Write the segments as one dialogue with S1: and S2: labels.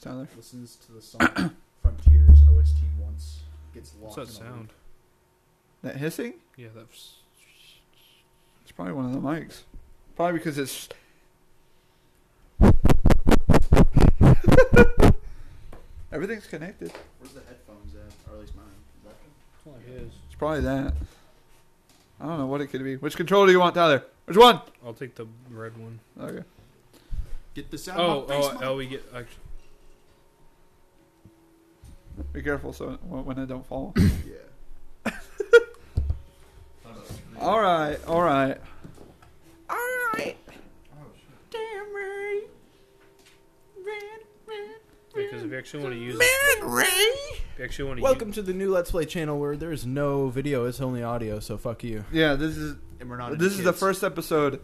S1: Tyler?
S2: listens to the song Frontiers OST once, gets
S3: What's
S2: lost.
S3: that
S2: in a loop.
S3: sound?
S1: That hissing?
S3: Yeah, that's.
S1: It's probably one of the mics. Probably because it's. Everything's connected.
S2: Where's the headphones at? Or at least mine. Is that-
S3: It's not his.
S1: It's probably that. I don't know what it could be. Which controller do you want, Tyler? Which one?
S3: I'll take the red one.
S1: Okay.
S2: Get this out
S3: Oh,
S2: of my face,
S3: oh,
S2: Mike.
S3: oh, we get. Actually,
S1: Be careful so when I don't fall.
S2: Yeah.
S1: all right, all right, all right.
S2: Oh, shit.
S1: Damn Ray, Red, Red,
S3: because if you actually want to use, if
S1: Red Ray.
S3: you actually want to,
S4: Welcome to the new Let's Play channel where there's no video, it's only audio, so fuck you.
S1: Yeah, this is
S2: And we're not
S1: this
S2: into
S1: is the
S2: kids.
S1: first episode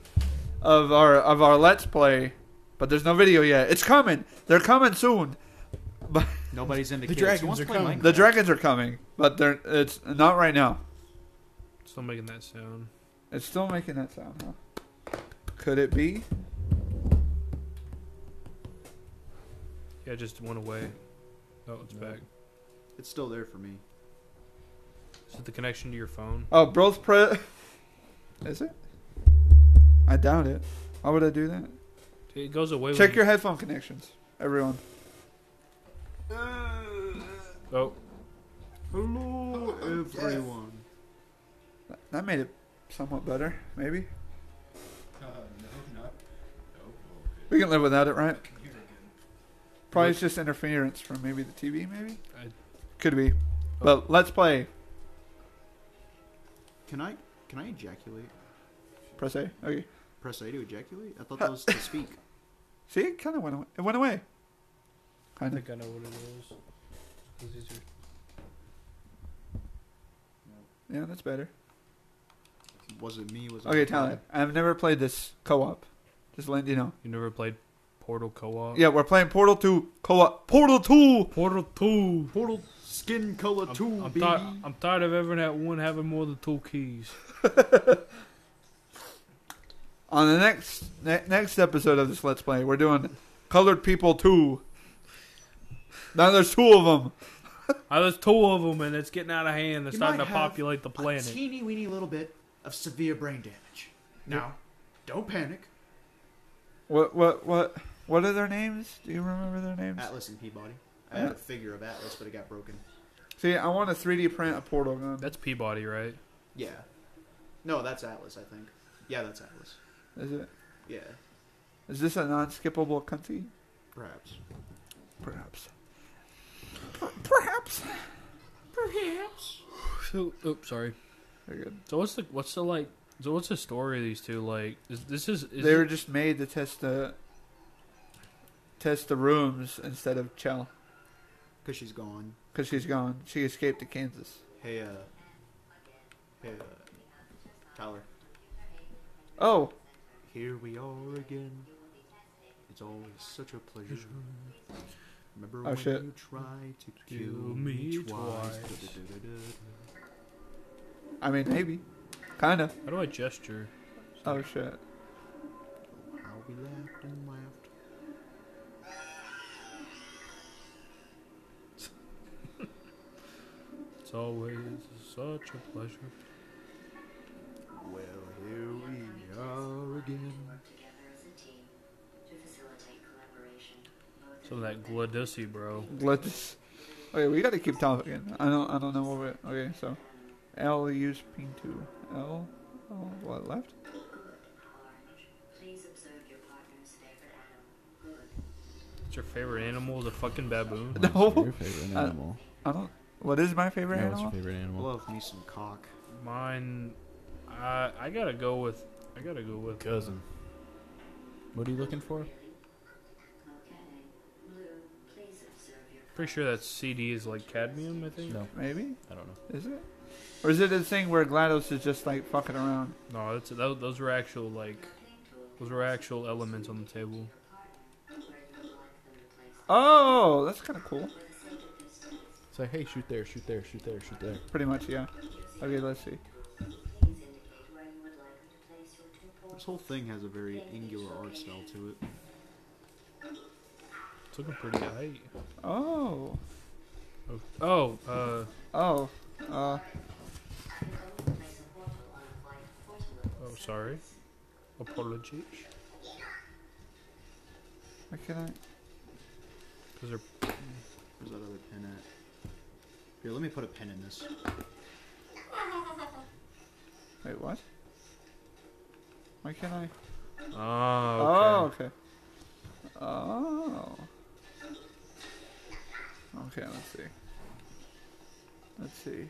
S1: of our of our Let's Play, but there's no video yet. It's coming. They're coming soon.
S2: Nobody's into
S4: The
S2: kids.
S4: dragons
S2: Who wants
S4: are
S2: to play
S4: coming.
S2: Minecraft?
S1: The dragons are coming, but they're it's not right now.
S3: Still making that sound.
S1: It's still making that sound, huh? Could it be?
S3: Yeah, it just went away. Oh, it's
S2: No.
S3: back.
S2: It's still there for me.
S3: Is it the connection to your phone?
S1: Oh, both pre. Is it? I doubt it. Why would I do that?
S3: It goes away.
S1: Check
S3: when
S1: your headphone connections, everyone.
S3: You,
S2: Uh,
S3: oh,
S2: Hello, everyone.
S1: That made it somewhat better, maybe. We can live without it, right? Probably it's just interference from maybe the TV, maybe.
S3: I-
S1: Could be. But let's play.
S2: Can I can I ejaculate?
S1: Press A. Okay.
S2: Press A to ejaculate? I thought that was to speak.
S1: See, it kind of went away. It went away.
S3: I
S1: Kind of.
S3: think I know what it is. It's easier.
S1: Yeah, that's better.
S2: Was it me? Was it
S1: Okay, Tyler. I've never played this co-op. Just letting you know.
S3: You never played Portal Co-op?
S1: Yeah, we're playing Portal 2 co-op. Portal 2.
S3: Portal Two.
S2: Portal skin color
S3: I'm,
S2: 2
S3: I'm,
S2: baby.
S3: tired, I'm tired of everyone at one having more than two keys.
S1: On the next ne- next episode of this Let's Play, we're doing Colored People 2. Now there's two of them.
S3: Oh, there's two of them, and it's getting out of hand. They're
S2: You
S3: starting
S2: might
S3: to
S2: have
S3: populate the
S2: A
S3: planet.
S2: teeny weeny little bit of severe brain damage. Now, don't panic.
S1: What what what what are their names? Do you remember their names?
S2: Atlas and Peabody. I had a figure of Atlas, but it got broken.
S1: See, I want to 3D print a portal gun.
S3: That's Peabody, right?
S2: Yeah. No, that's Atlas, I think. Yeah, that's Atlas.
S1: Is it?
S2: Yeah,
S1: Is this a non-skippable country?
S2: perhaps.
S1: Perhaps. Perhaps.
S2: Perhaps.
S3: So, oops, sorry.
S1: They're good.
S3: So what's the what's the like? So what's the story of these two? Like, is, this is, is
S1: they were just made to test the test the rooms instead of Chell
S2: Because she's gone.
S1: because she's gone. She escaped to Kansas.
S2: Hey, uh. Hey, uh. Tyler.
S1: Oh,
S2: Here we are again. It's always such a pleasure. Remember
S1: Oh,
S2: when
S1: shit.
S2: you tried to
S3: Kill
S2: kill
S3: me
S2: me
S3: twice.
S2: twice? Da-da-da-da-da.
S1: I mean maybe, kind of.
S3: how do I gesture?
S1: Oh shit.
S2: How we laughed and laughed.
S3: It's always such a pleasure.
S2: Well, here we are again.
S3: Some of that Gladyssi, bro.
S1: Let's. Okay, we got to keep talking. I don't. I don't know what. We're, okay, so L use ping two. L. Oh, what left?
S3: What's your favorite animal? The fucking baboon.
S1: No.
S4: What's your favorite
S1: Uh,
S4: animal?
S1: I don't. What is my favorite
S4: Yeah, what's your
S1: animal?
S4: favorite animal?
S2: Love me some cock.
S3: Mine, I I gotta go with I gotta go with uh,
S4: Cousin. What are you looking for?
S3: Pretty sure that CD is like cadmium. I think.
S4: No,
S1: Maybe
S4: I don't know.
S1: is it? Or is it a thing where Glados is just like fucking around?
S3: No, that's those, those were actual like those were actual elements on the table.
S1: Oh, that's kind of cool.
S4: It's like, hey, shoot there, shoot there, shoot there, shoot there.
S1: Pretty much, yeah. Okay, let's see.
S2: This whole thing has a very angular art style to it.
S3: It's looking pretty high.
S1: Oh.
S3: Oh, uh,
S1: Oh. Uh,
S3: oh, sorry. Apologies.
S1: why can't
S3: Because they're
S2: Where's that other pin at? Here, let me put a pin in this.
S1: I? Wait, what? Why can't I? Oh,
S3: oh, okay.
S1: okay. Oh. Okay, let's see. Let's see.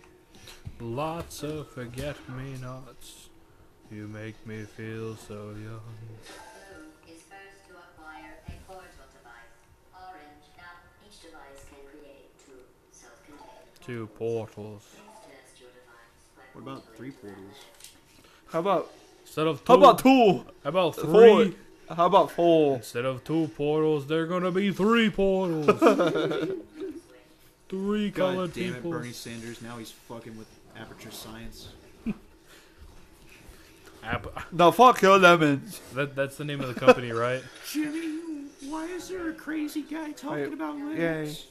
S3: lots of forget me nots. You make me feel so young.
S5: is first to acquire a cordial device. Orange. Now, each device can create two self-contained
S3: Two portals.
S5: test your device. by
S2: What about
S5: portaling
S2: three
S5: to
S2: portals?
S1: How about
S3: Instead of two,
S1: how about two?
S3: how about
S1: Four.
S3: three?
S1: How about four?
S3: Instead of two portals, there are gonna be three portals. three
S2: God
S3: colored
S2: damn it,
S3: people.
S2: Bernie Sanders. Now he's fucking with aperture science.
S3: App-
S1: No, fuck your lemons.
S3: that, that's the name of the company, right?
S2: Jimmy, why is there a crazy guy talking
S1: Wait,
S2: about
S1: lamps?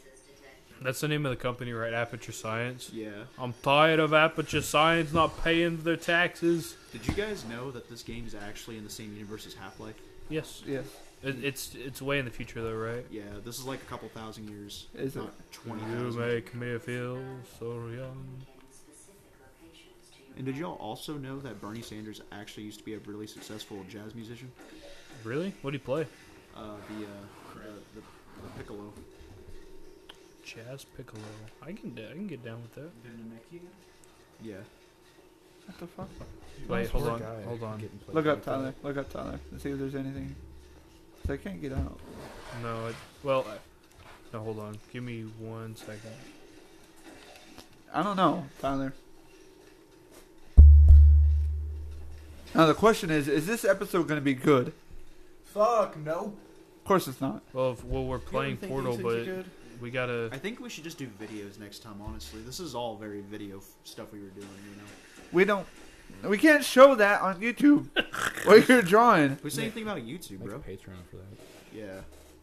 S3: That's the name of the company, right? Aperture Science.
S2: Yeah.
S3: I'm tired of Aperture Science not paying their taxes.
S2: Did you guys know that this game is actually in the same universe as Half Life?
S3: Yes,
S1: Yes.
S3: it, it's it's way in the future though, right?
S2: Yeah, this is like a couple thousand years.
S1: Is it?
S2: not twenty
S3: You
S2: thousand.
S3: make me feel so young.
S5: specific locations to your
S2: And did y'all also know that Bernie Sanders actually used to be a really successful jazz musician?
S3: Really? What do you play?
S2: Uh, the, uh, the, the the piccolo.
S3: Jazz piccolo. I can I can get down with that.
S2: Yeah.
S1: What the fuck?
S3: Wait,
S4: Nice
S3: hold
S4: work,
S3: on,
S4: guy.
S3: hold on.
S4: Getting played
S1: Look up
S4: like that.
S1: Tyler. Look up Tyler. Let's see if there's anything. 'Cause I can't get out.
S3: No, it, well, I, no, hold on. Give me one second.
S1: I don't know, Tyler. Now the question is: Is this episode going to be good? Of
S4: Fuck no.
S1: course, it's not.
S3: Well, if, well, we're playing Portal, but we gotta.
S2: I think we should just do videos next time. Honestly, this is all very video f- stuff we were doing. You know.
S1: We don't. We can't show that on YouTube. what you're drawing?
S2: Who's say anything about YouTube,
S4: Make a
S2: bro?
S4: Patreon for that.
S2: Yeah.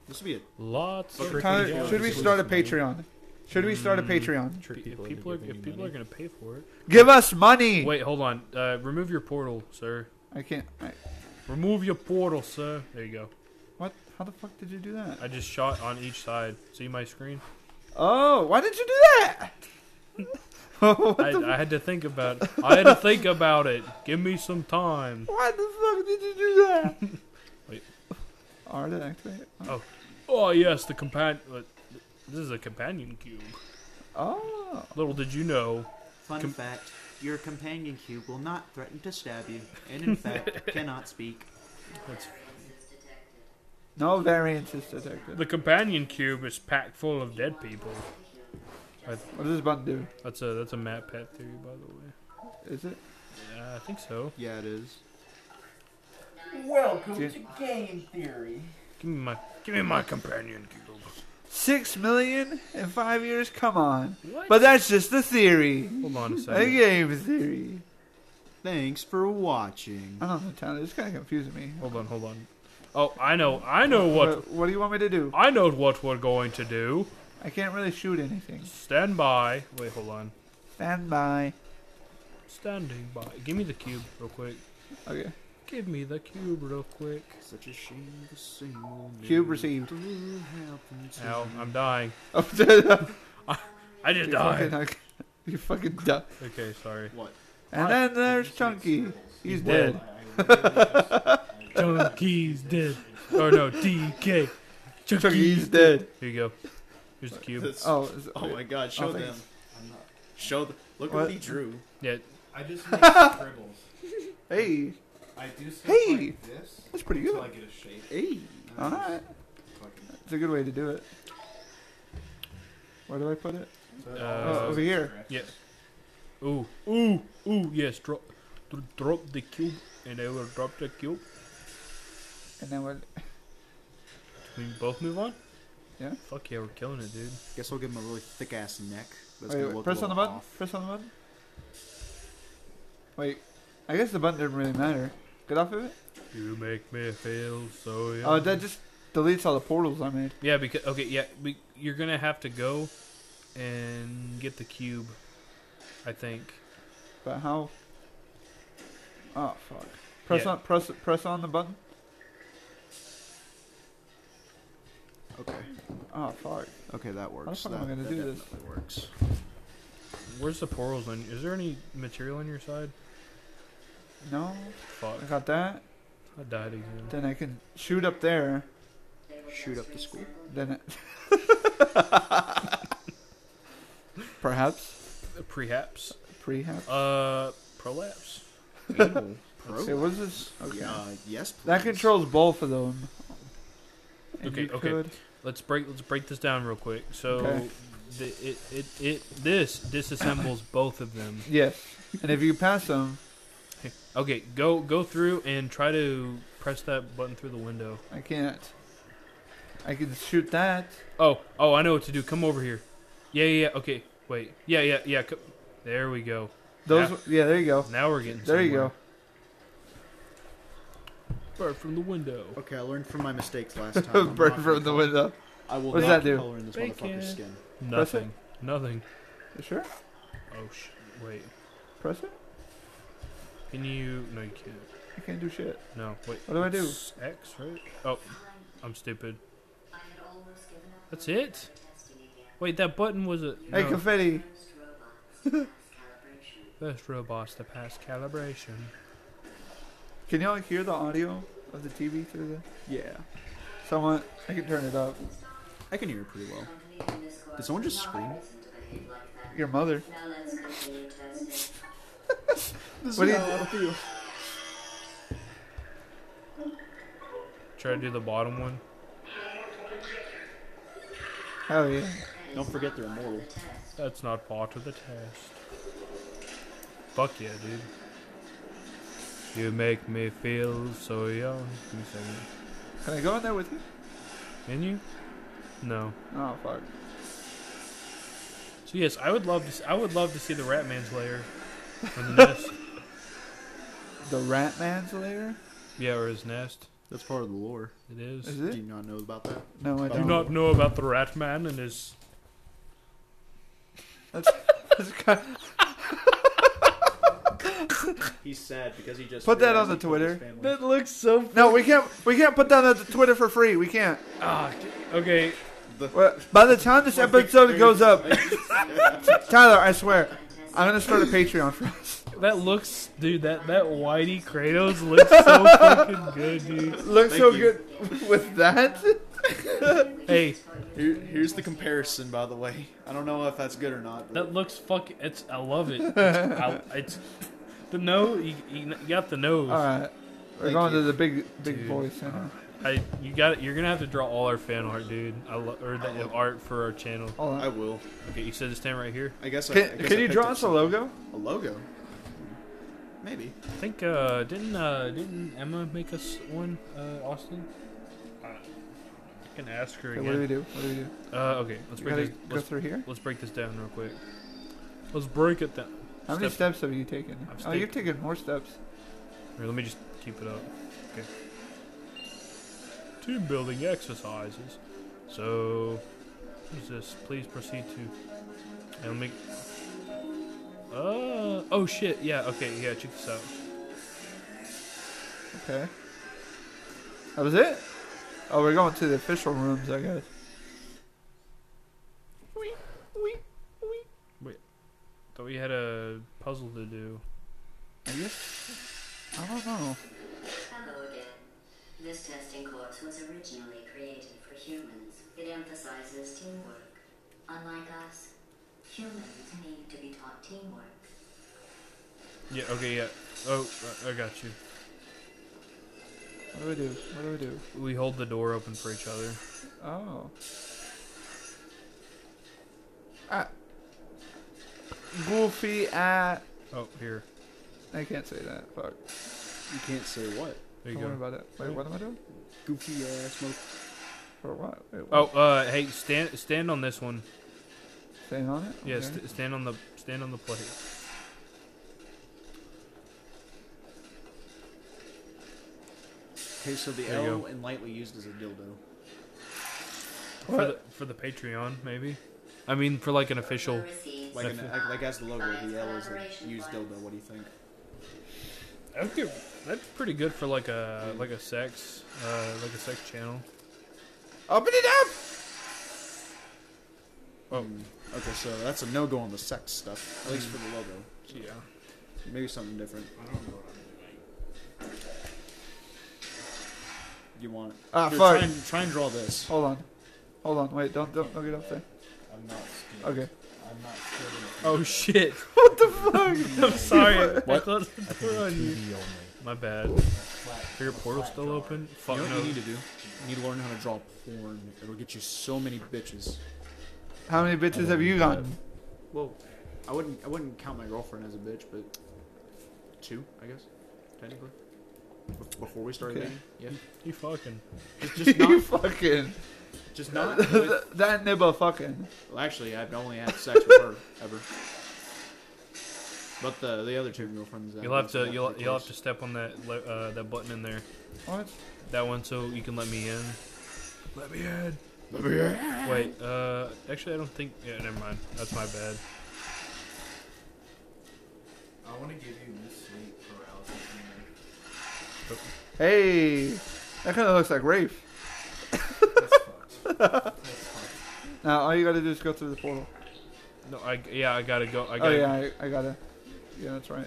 S2: This would be a
S3: Lots of
S2: Tricky
S1: Tyler,
S2: job.
S1: should we start a Patreon? Should we start a
S3: Mm.
S1: Patreon?
S4: Trick
S3: If
S4: people into
S3: people are if
S4: giving you
S3: people are
S4: money.
S3: gonna pay for it,
S1: Give us money.
S3: wait, hold on. Uh, remove your portal, sir.
S1: I can't. I,
S3: Remove your portal, sir. There you go.
S1: what? How the fuck did you do that?
S3: I just shot on each side. See my screen?
S1: Oh, why did you do that? what
S3: I,
S1: the,
S3: I had to think about it. I had to think about it. Give me some time.
S1: why the fuck did you do that?
S3: Wait.
S1: R to activate.
S3: Oh yes, the companion. This is a companion cube.
S1: Oh.
S3: Little did you know.
S2: fun
S3: Com-
S2: fact. Your companion cube will not threaten to stab you, and in fact cannot speak.
S3: That's,
S1: No variance is detected.
S3: the companion cube is packed full of dead people.
S1: What does this button do?
S3: That's a that's a Matt Pat theory, by the way.
S1: Is it?
S3: Yeah, I think so.
S2: Yeah, it is.
S6: Welcome
S1: Yeah.
S6: to Game Theory.
S3: Give me my give me my companion cube.
S1: Six million in five years? Come on.
S3: What?
S1: But that's just the theory.
S3: Hold on a
S1: A
S3: second.
S1: game theory.
S2: Thanks for watching.
S1: I don't know, Tyler. It's kind of confusing me.
S3: Hold on, hold on. Oh, I know, I know what
S1: What, what do you want me to do?
S3: I know what we're going to do.
S1: I can't really shoot anything.
S3: Stand by. Wait, hold on.
S1: Stand by.
S3: Standing by. Give me the cube real quick.
S1: Okay.
S3: Give me the cube real quick.
S2: Such a shame the single
S1: Cube
S2: never
S1: received.
S2: happened to
S3: Ow,
S2: me.
S3: I'm dying.
S1: Oh, you
S3: I
S1: fucking,
S3: just died.
S1: you fucking duck.
S3: Okay, sorry.
S2: What?
S1: And then there's Chunky. He's
S3: dead.
S1: dead.
S3: Chunky's dead. Or no, DK.
S1: Chunky's dead.
S3: Here you go. Here's the cube.
S2: This-
S1: Oh, is-
S2: oh my god, show them.
S1: thanks.
S2: Show them. Look
S1: What?
S2: what he drew.
S3: Yeah,
S7: I just make scribbles.
S1: hey,
S7: I do stuff
S1: Hey!
S7: like this
S1: that's pretty
S7: until I
S1: good.
S7: get a shape.
S1: Hey, all right,
S7: Fucking
S1: it's a good way to do it. Where do I put it?
S7: so
S1: Oh,
S3: Uh,
S1: over here.
S3: yeah. Ooh, ooh, ooh, yes. Drop, dr- drop the cube, and I will drop the cube.
S1: And then what?
S3: We both move on?
S1: Yeah.
S3: Fuck yeah, we're killing it, dude.
S2: Guess I'll give him a really thick ass neck. That's
S1: Wait,
S2: gonna
S1: wait,
S2: look
S1: press
S2: a
S1: on the
S2: little
S1: button.
S2: off.
S1: Press on the button. Wait, I guess the button didn't really matter. Get off of it.
S3: You make me feel so young.
S1: Oh, that just deletes all the portals I made.
S3: Yeah, because okay, yeah, we, you're gonna have to go and get the cube. I think.
S1: But how? Oh fuck! Press
S3: Yeah.
S1: on press press on the button.
S8: Okay.
S1: Oh fuck!
S8: Okay, that works.
S1: fuck
S8: that,
S1: am I gonna
S8: that
S1: do this?
S8: definitely works.
S3: Where's the portals? On is there any material on your side?
S1: No,
S3: Fuck,
S1: I got that.
S3: I died again.
S1: Then I can shoot up there.
S8: Shoot up the school.
S1: Then it. Perhaps
S3: Prehaps.
S1: perhaps.
S3: Uh, prolapse.
S8: Pro?
S1: It was this. Okay.
S8: Yeah,
S2: Uh,
S8: yes, please.
S1: That controls both of them.
S3: Okay, okay. Let's break. Let's break this down real quick. So,
S1: Okay.
S3: the, it, it it this disassembles both of them.
S1: Yes. And if you pass them,
S3: Okay, go go through and try to press that button through the window.
S1: I can't. I can shoot that.
S3: Oh, oh, I know what to do. Come over here. Yeah, yeah, yeah. Okay, wait. Yeah, yeah, yeah. Co- there we go.
S1: Those. Yeah, there you go.
S3: Now we're getting.
S1: There you go.
S3: Bird from the window.
S8: Okay, I learned from my mistakes last time. I'm
S1: Burn
S8: not
S1: from the
S8: gonna
S1: window.
S8: color- I will
S1: What does
S8: not
S1: that do?
S8: color in this
S3: Bacon.
S8: motherfucker's skin.
S1: Press it.
S3: Nothing. Nothing.
S1: You sure?
S3: Oh sh. Wait.
S1: Press it?
S3: Can you? No, you can't.
S1: I can't do shit.
S3: No. Wait.
S1: What do I do?
S3: It's X, right? Oh, I'm stupid.
S5: I had almost given up
S3: That's it. Wait, that button was a.
S1: Hey,
S3: no.
S1: confetti.
S5: first robots
S3: First robots to
S5: to pass calibration.
S3: pass calibration.
S1: Can y'all hear the audio of the TV through the?
S8: Yeah,
S1: Someone, I can turn it up.
S8: I can hear it pretty well.
S5: Company in this
S8: Did someone just scream?
S5: wasn't to behave like that.
S1: Your mother.
S5: Now let's continue testing.
S8: This
S1: What do
S8: is
S1: you
S8: how I feel.
S3: Try to do the bottom one.
S1: Hell Oh, yeah.
S8: Don't forget they're immortal.
S3: That's not part of the test. Fuck yeah, dude. You make me feel so young. Give me a second.
S1: Can I go in there with you?
S3: Can you? No.
S1: Oh fuck.
S3: So yes, I would love to. s- I would love to see the Ratman's lair. Or the nest.
S1: The Rat Man's lair?
S3: Yeah, or his nest.
S8: That's part of the lore.
S3: It is.
S1: Is
S8: Do
S1: it?
S8: you not know about that?
S1: No, I
S3: Do
S8: Do
S3: you
S1: don't.
S3: not know about the Ratman and his.
S1: That's kind-
S2: He's sad because he just
S1: Put that
S2: realized
S1: on the
S2: he killed his
S1: Twitter.
S2: family.
S3: That looks so.
S1: no, we can't. We can't put that on the Twitter for free. We can't.
S3: Ah, okay.
S1: Well, By the time this episode goes up, Tyler, I swear, I'm gonna start a Patreon for us.
S3: That looks, dude. That that whitey Kratos looks so fucking good, dude.
S1: Looks
S8: Thank
S1: so
S8: you.
S1: good with that.
S3: Hey,
S8: Here, here's the comparison, by the way. I don't know if that's good or not. But
S3: That looks fuck. It's I love it. It's, I, it's the nose. You, you got the nose.
S1: All right, we're
S8: Thank
S1: going
S8: you.
S1: to the big, big
S3: Dude.
S1: boy center.
S3: I you got it. You're gonna have to draw all our fan art, dude. I lo- or the art for our channel.
S1: Hold
S8: I
S1: on.
S8: will.
S3: Okay, you said this stand right here.
S8: I guess. I, I
S1: Can,
S8: guess
S1: can
S8: I
S1: you
S8: picked
S1: draw
S8: up
S1: us a
S8: some-
S1: logo?
S8: A logo. Maybe.
S3: I think uh didn't uh didn't Emma make us one uh Austin? Uh, I can ask her
S1: Okay, what do we
S3: again.
S1: do? What do we do?
S3: Uh, okay, let's
S1: We
S3: break
S1: gotta
S3: this.
S1: go
S3: Let's,
S1: through here.
S3: let's break this down real quick. Let's break it down.
S1: How many
S3: step-
S1: steps have you taken?
S3: I've
S1: Oh,
S3: stayed-
S1: you've taken more steps.
S3: Here, let me just keep it up. Okay. Team building exercises. So, what is this? Please proceed to. And make. Uh, oh shit, yeah, okay, yeah, check this out.
S1: Okay. That was it? Oh, we're going to the official rooms, I guess.
S3: Thought we had a puzzle to do.
S1: I guess. I don't know.
S5: Hello again. This testing course was originally created for humans. It emphasizes teamwork. Unlike us, humans need to be taught teamwork.
S3: Yeah, okay, yeah. Oh, I, I got you.
S1: What do we do? What do we do?
S3: We hold the door open for each other.
S1: Oh. Ah. Goofy at.
S3: Oh, here.
S1: I can't say that. Fuck.
S8: You can't say what.
S3: There you
S1: Don't worry
S3: go.
S1: about it. Wait, what am I doing?
S8: Goofy ass mother.
S1: For what? Wait, what?
S3: Oh, uh, hey, stand stand on this one.
S1: Staying on it?
S3: Yeah,
S1: Okay.
S3: st- stand on the stand on the plate.
S8: Okay, so the
S3: There you
S8: L
S3: go.
S8: and lightly used as a dildo.
S3: For the, for the Patreon, maybe. I mean, for like an official.
S5: Receipts.
S2: Like, an, like, like as the logo, the L is like
S5: Collaboration
S2: used
S5: points.
S2: dildo. What do you think?
S3: I would give- that's pretty good for like a like a sex uh, like a sex channel.
S1: Open it up.
S2: Oh. Hmm. Okay, so that's a no go on the sex stuff, at least for the logo.
S3: Yeah.
S2: Maybe something different.
S8: I don't know what I'm doing.
S2: You want it?
S1: Ah,
S2: Here,
S1: fuck.
S2: Try and, try and draw this.
S1: Hold on. Hold on. Wait. Don't don't, don't get up there.
S2: I'm not.
S1: Okay.
S2: I'm not
S3: Oh shit!
S1: What the fuck?
S3: I'm sorry. I
S2: What?
S3: closed the door on you. My bad. Are your portals still open? Fuck
S2: You know what
S3: no.
S2: you need to do? You need to learn how to draw porn. It'll get you so many bitches.
S1: How many bitches have you gotten?
S2: Well, I wouldn't. I wouldn't count my girlfriend as a bitch, but two, I guess, technically. Bef- Before we started
S1: Okay.
S2: dating,
S3: You fucking.
S2: yeah. Just, just
S1: you
S2: not.
S1: fucking.
S2: Just not. With,
S1: that that nibba fucking.
S2: well, actually, I've only had sex with her ever. But the the other two girlfriends. uh,
S3: You'll have
S2: not
S3: to you'll,
S2: pretty
S3: you'll have
S2: close.
S3: to step on that le- uh, that button in there.
S1: What?
S3: That one so you can let me in. Let me in. Wait. Uh. Actually, I don't think. Yeah. Never mind. That's my bad.
S8: I want to give you this sleep paralysis. man.
S1: Hey, that kind of looks like Rafe.
S8: That's fucked. That's fucked.
S1: Now all you gotta do is go through the portal.
S3: No. I. Yeah. I gotta go. I
S1: Oh
S3: gotta.
S1: yeah, I, I gotta. Yeah, that's right.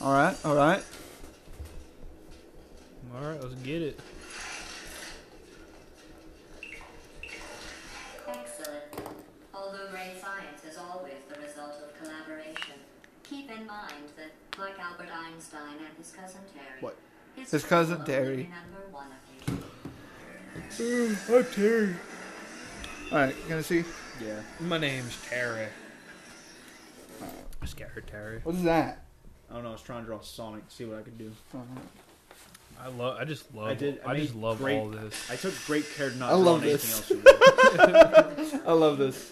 S1: All right, all right.
S3: All right. Let's get it.
S5: Excellent. Although great science is always the result of collaboration, keep in mind that, like Albert Einstein and his cousin Terry,
S2: What?
S1: His cousin
S5: will
S1: Terry.
S5: Remember one of you.
S1: I'm Terry. All right, gonna see.
S2: Yeah.
S3: My name's Terry. Scared Terry.
S1: What is that?
S2: I don't know. I was trying to draw Sonic. See what I could do.
S1: Oh,
S3: I love. I just love. I,
S2: I did- I
S3: just
S2: made
S3: love
S2: great-
S3: all this.
S2: I took great care to not
S1: I
S2: draw
S1: love
S2: anything
S1: this.
S2: else. you wrote.
S1: I love this.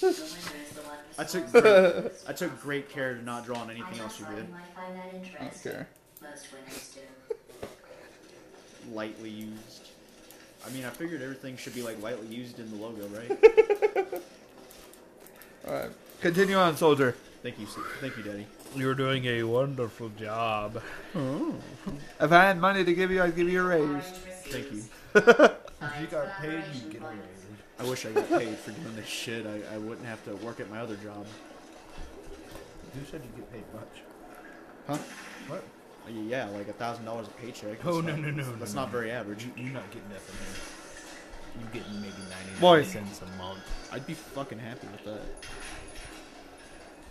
S5: The winner is the one
S2: I took
S5: responsible.
S2: great, I took great care to not draw on
S5: I
S2: anything
S5: know
S2: else you
S5: some
S2: did.
S5: might find that
S1: I don't
S5: interesting.
S1: care.
S5: Most winners do.
S2: Lightly used. I mean, I figured everything should be like lightly used in the logo, right?
S1: All right, continue on, soldier.
S2: thank you, Steve. thank you, Daddy.
S3: You're doing a wonderful job.
S1: If I had money to give you, I'd give you a
S5: Orange
S1: raise.
S2: Thank you.
S5: receives
S8: If you
S5: five
S8: got paid,
S5: collaboration
S8: you get
S5: points.
S8: away.
S2: I wish I got paid for doing this shit. I, I wouldn't have to work at my other job.
S8: Who said you get paid much?
S2: Huh?
S8: What?
S2: Uh, Yeah, like a thousand dollars a paycheck.
S3: Oh,
S2: That's
S3: no,
S2: not-
S3: no, no,
S2: That's
S3: no,
S2: not very average.
S8: You, you're not getting nothing. Man. You're getting maybe 99
S1: Boy.
S8: cents a month.
S2: I'd be fucking happy with that.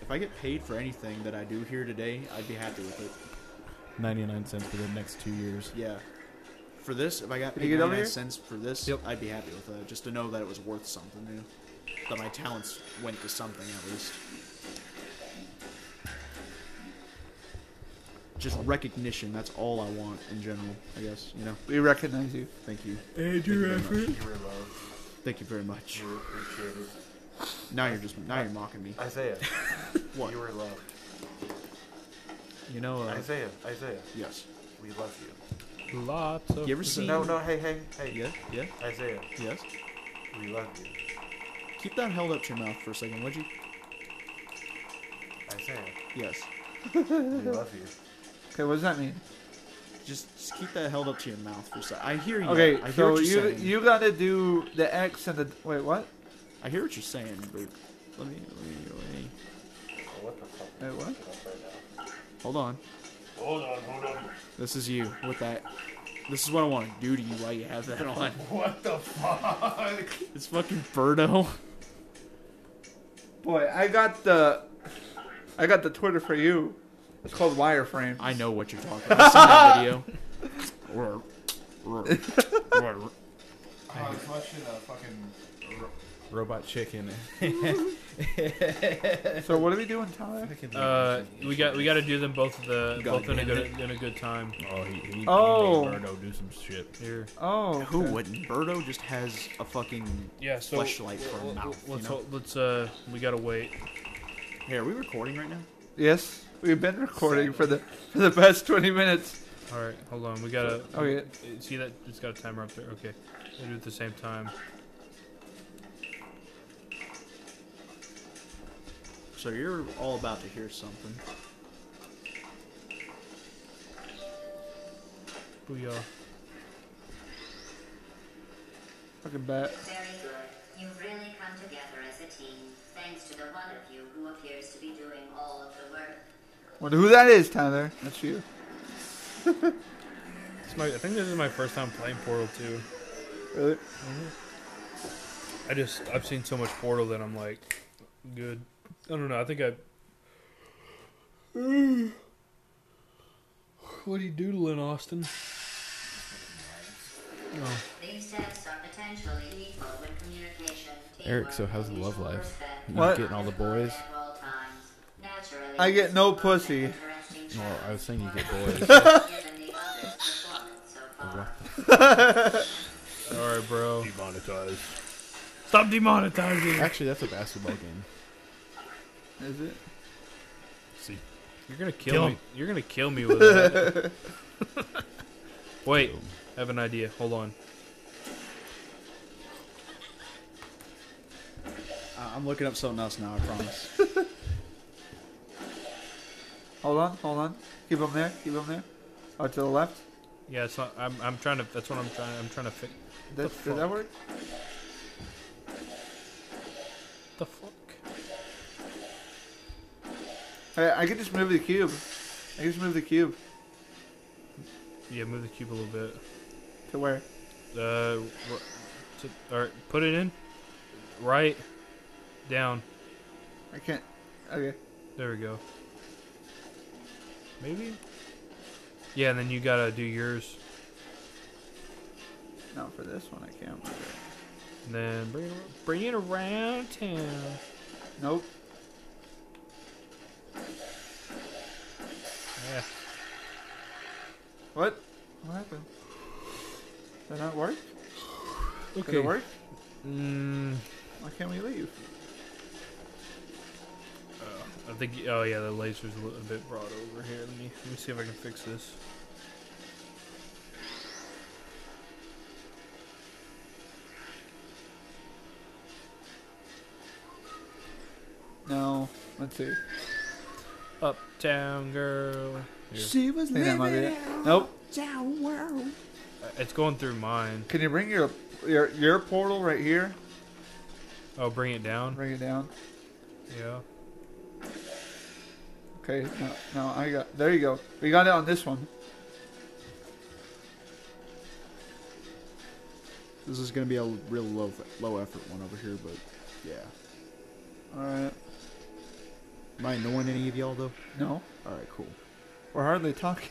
S2: If I get paid for anything that I do here today, I'd be happy with it.
S4: 99 cents for the next two years.
S2: Yeah. For this, if I got
S1: Can you
S2: paid
S1: get over
S2: 99
S1: here?
S2: cents for this,
S3: Yep.
S2: I'd be happy with that. Just to know that it was worth something, you know? That my talents went to something at least. Just recognition, that's all I want in general, I guess, you know?
S1: We recognize you.
S2: Thank you.
S4: And
S2: your
S4: effort.
S8: You were loved.
S2: Thank you very much.
S8: You were appreciated.
S2: Now you're just, now you're mocking me.
S8: Isaiah,
S2: What?
S8: you were loved.
S2: You know, uh,
S8: Isaiah, Isaiah,
S2: yes.
S8: we love you.
S3: Lots
S1: Oh,
S3: of.
S2: You ever seen?
S8: No, no, hey, hey, hey.
S2: Yeah, yeah,
S8: Isaiah,
S2: yes.
S8: we love you.
S2: Keep that held up to your mouth for a second, would you?
S8: Isaiah,
S2: Yes.
S8: we love you.
S1: Okay, what does that mean?
S2: Just, just keep that held up to your mouth for a second. I hear you.
S1: Okay,
S2: I hear
S1: so
S2: what you're
S1: you
S2: saying.
S1: you gotta do the X and the wait what?
S2: I hear what you're saying, but let me, let me, let me.
S8: What the fuck?
S1: Wait what?
S2: Hold on.
S9: Hold on, hold on.
S2: This is you with that. This is what I want to do to you while you have that on.
S9: What the fuck?
S2: It's fucking Birdo.
S1: Boy, I got the I got the Twitter for you. It's called wireframe.
S2: I know what you're talking about. I've seen that video.
S8: I was watching a fucking.
S4: Robot chicken.
S1: So what are we doing, Tyler?
S3: Uh, we got we got to do them both at the
S2: Gotta
S3: both in a
S2: get
S3: good in a good time.
S9: Oh, he, he,
S1: Oh.
S9: he made Birdo do some shit.
S3: Here.
S1: Oh,
S2: Who
S1: okay.
S2: wouldn't? Birdo just has a fucking
S3: Yeah. So.
S2: flashlight for a mouth. You
S3: Let's
S2: know?
S3: hold- let's uh we gotta wait.
S2: Hey, are we recording right now?
S1: Yes, we've been recording for the for the past twenty minutes.
S3: All right, hold on. We gotta.
S1: Okay.
S3: uh, See that? It's got a timer up there. Okay. We do it at the same time.
S2: So you're all about to hear something.
S3: Booyah.
S1: Fucking bat.
S5: Very good. You've really come together as a team, thanks to the one of you who appears to be doing all of the work.
S1: Wonder who that is, Tyler. That's you.
S3: It's my. I think this is my first time playing Portal 2.
S1: Really?
S3: Mm-hmm. I just I've seen so much Portal that I'm like, good. I don't know. I think I. What are you doodling, Austin?
S5: These texts are potentially lethal when communication.
S4: Eric,
S5: teamwork,
S4: so how's the love
S5: mutual
S4: life?
S5: respect
S4: You
S1: What?
S4: getting all the boys?
S5: At all times. Naturally,
S1: I get no
S5: this is
S1: pussy.
S5: an interesting
S4: Well, I was saying you get
S5: challenge,
S4: boys.
S5: given the other's performance so far.
S3: Sorry, bro.
S9: Demonetized.
S3: Stop demonetizing.
S4: Actually, that's a basketball game.
S1: Is it?
S9: See,
S3: You're gonna kill,
S9: Kill
S3: me.
S9: him.
S3: You're gonna kill me with that. Wait, I have an idea. Hold on.
S2: Uh, I'm looking up something else now. I promise.
S1: Hold on, hold on. Keep him there. Keep him there. Oh, to the left.
S3: Yeah, it's not. I'm. I'm trying to. That's what I'm trying. I'm trying to fix.
S1: That, did that work?
S3: The fuck?
S1: I, I could just move the cube. I could just move the cube
S3: Yeah, move the cube a little bit.
S1: to where?
S3: Uh, r- to, all right, put it in. Right, down.
S1: I can't. Okay.
S3: There we go. Maybe. Yeah, and then you gotta do yours,
S1: Not for this one. I can't. move it.
S3: and then bring it, bring it around town.
S1: Nope.
S3: Yeah.
S1: What? What happened? Did that not work? Did
S3: Okay.
S1: it work?
S3: Mm,
S1: Why can't we leave?
S3: I think. Oh yeah, the laser's a little bit broad over here. Let me let me see if I can fix this.
S1: No. Let's see.
S3: Uptown girl.
S2: she was
S1: I think that might be it. Nope.
S2: down world.
S3: Uh, It's going through mine.
S1: Can you bring your your your portal right here?
S3: Oh, bring it down.
S1: Bring it down.
S3: Yeah.
S1: Okay. No, no. I got. There you go. We got it on this one.
S2: This is gonna be a real low low effort one over here, but yeah.
S1: All right.
S2: Am I annoying any of y'all though?
S1: No.
S2: All right, cool.
S1: We're hardly talking.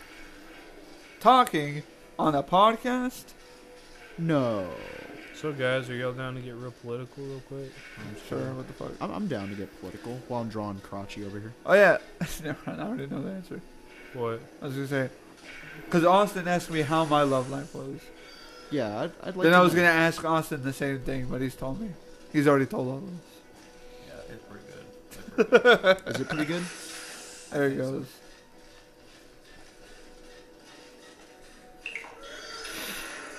S1: talking on a podcast?
S2: No,
S3: So guys, are y'all down to get real political real quick?
S1: I'm sure. What the fuck?
S2: I'm, I'm down to get political while I'm drawing crotchy over here.
S1: Oh yeah. Never mind. I already know the answer.
S3: What?
S1: I was gonna say, because Austin asked me how my love life was.
S2: Yeah, I'd, I'd like.
S1: then
S2: to
S1: I was
S2: know.
S1: gonna ask Austin the same thing, but he's told me. He's already told all of us.
S8: Yeah, it's pretty good.
S2: Is it pretty good?
S1: There he goes.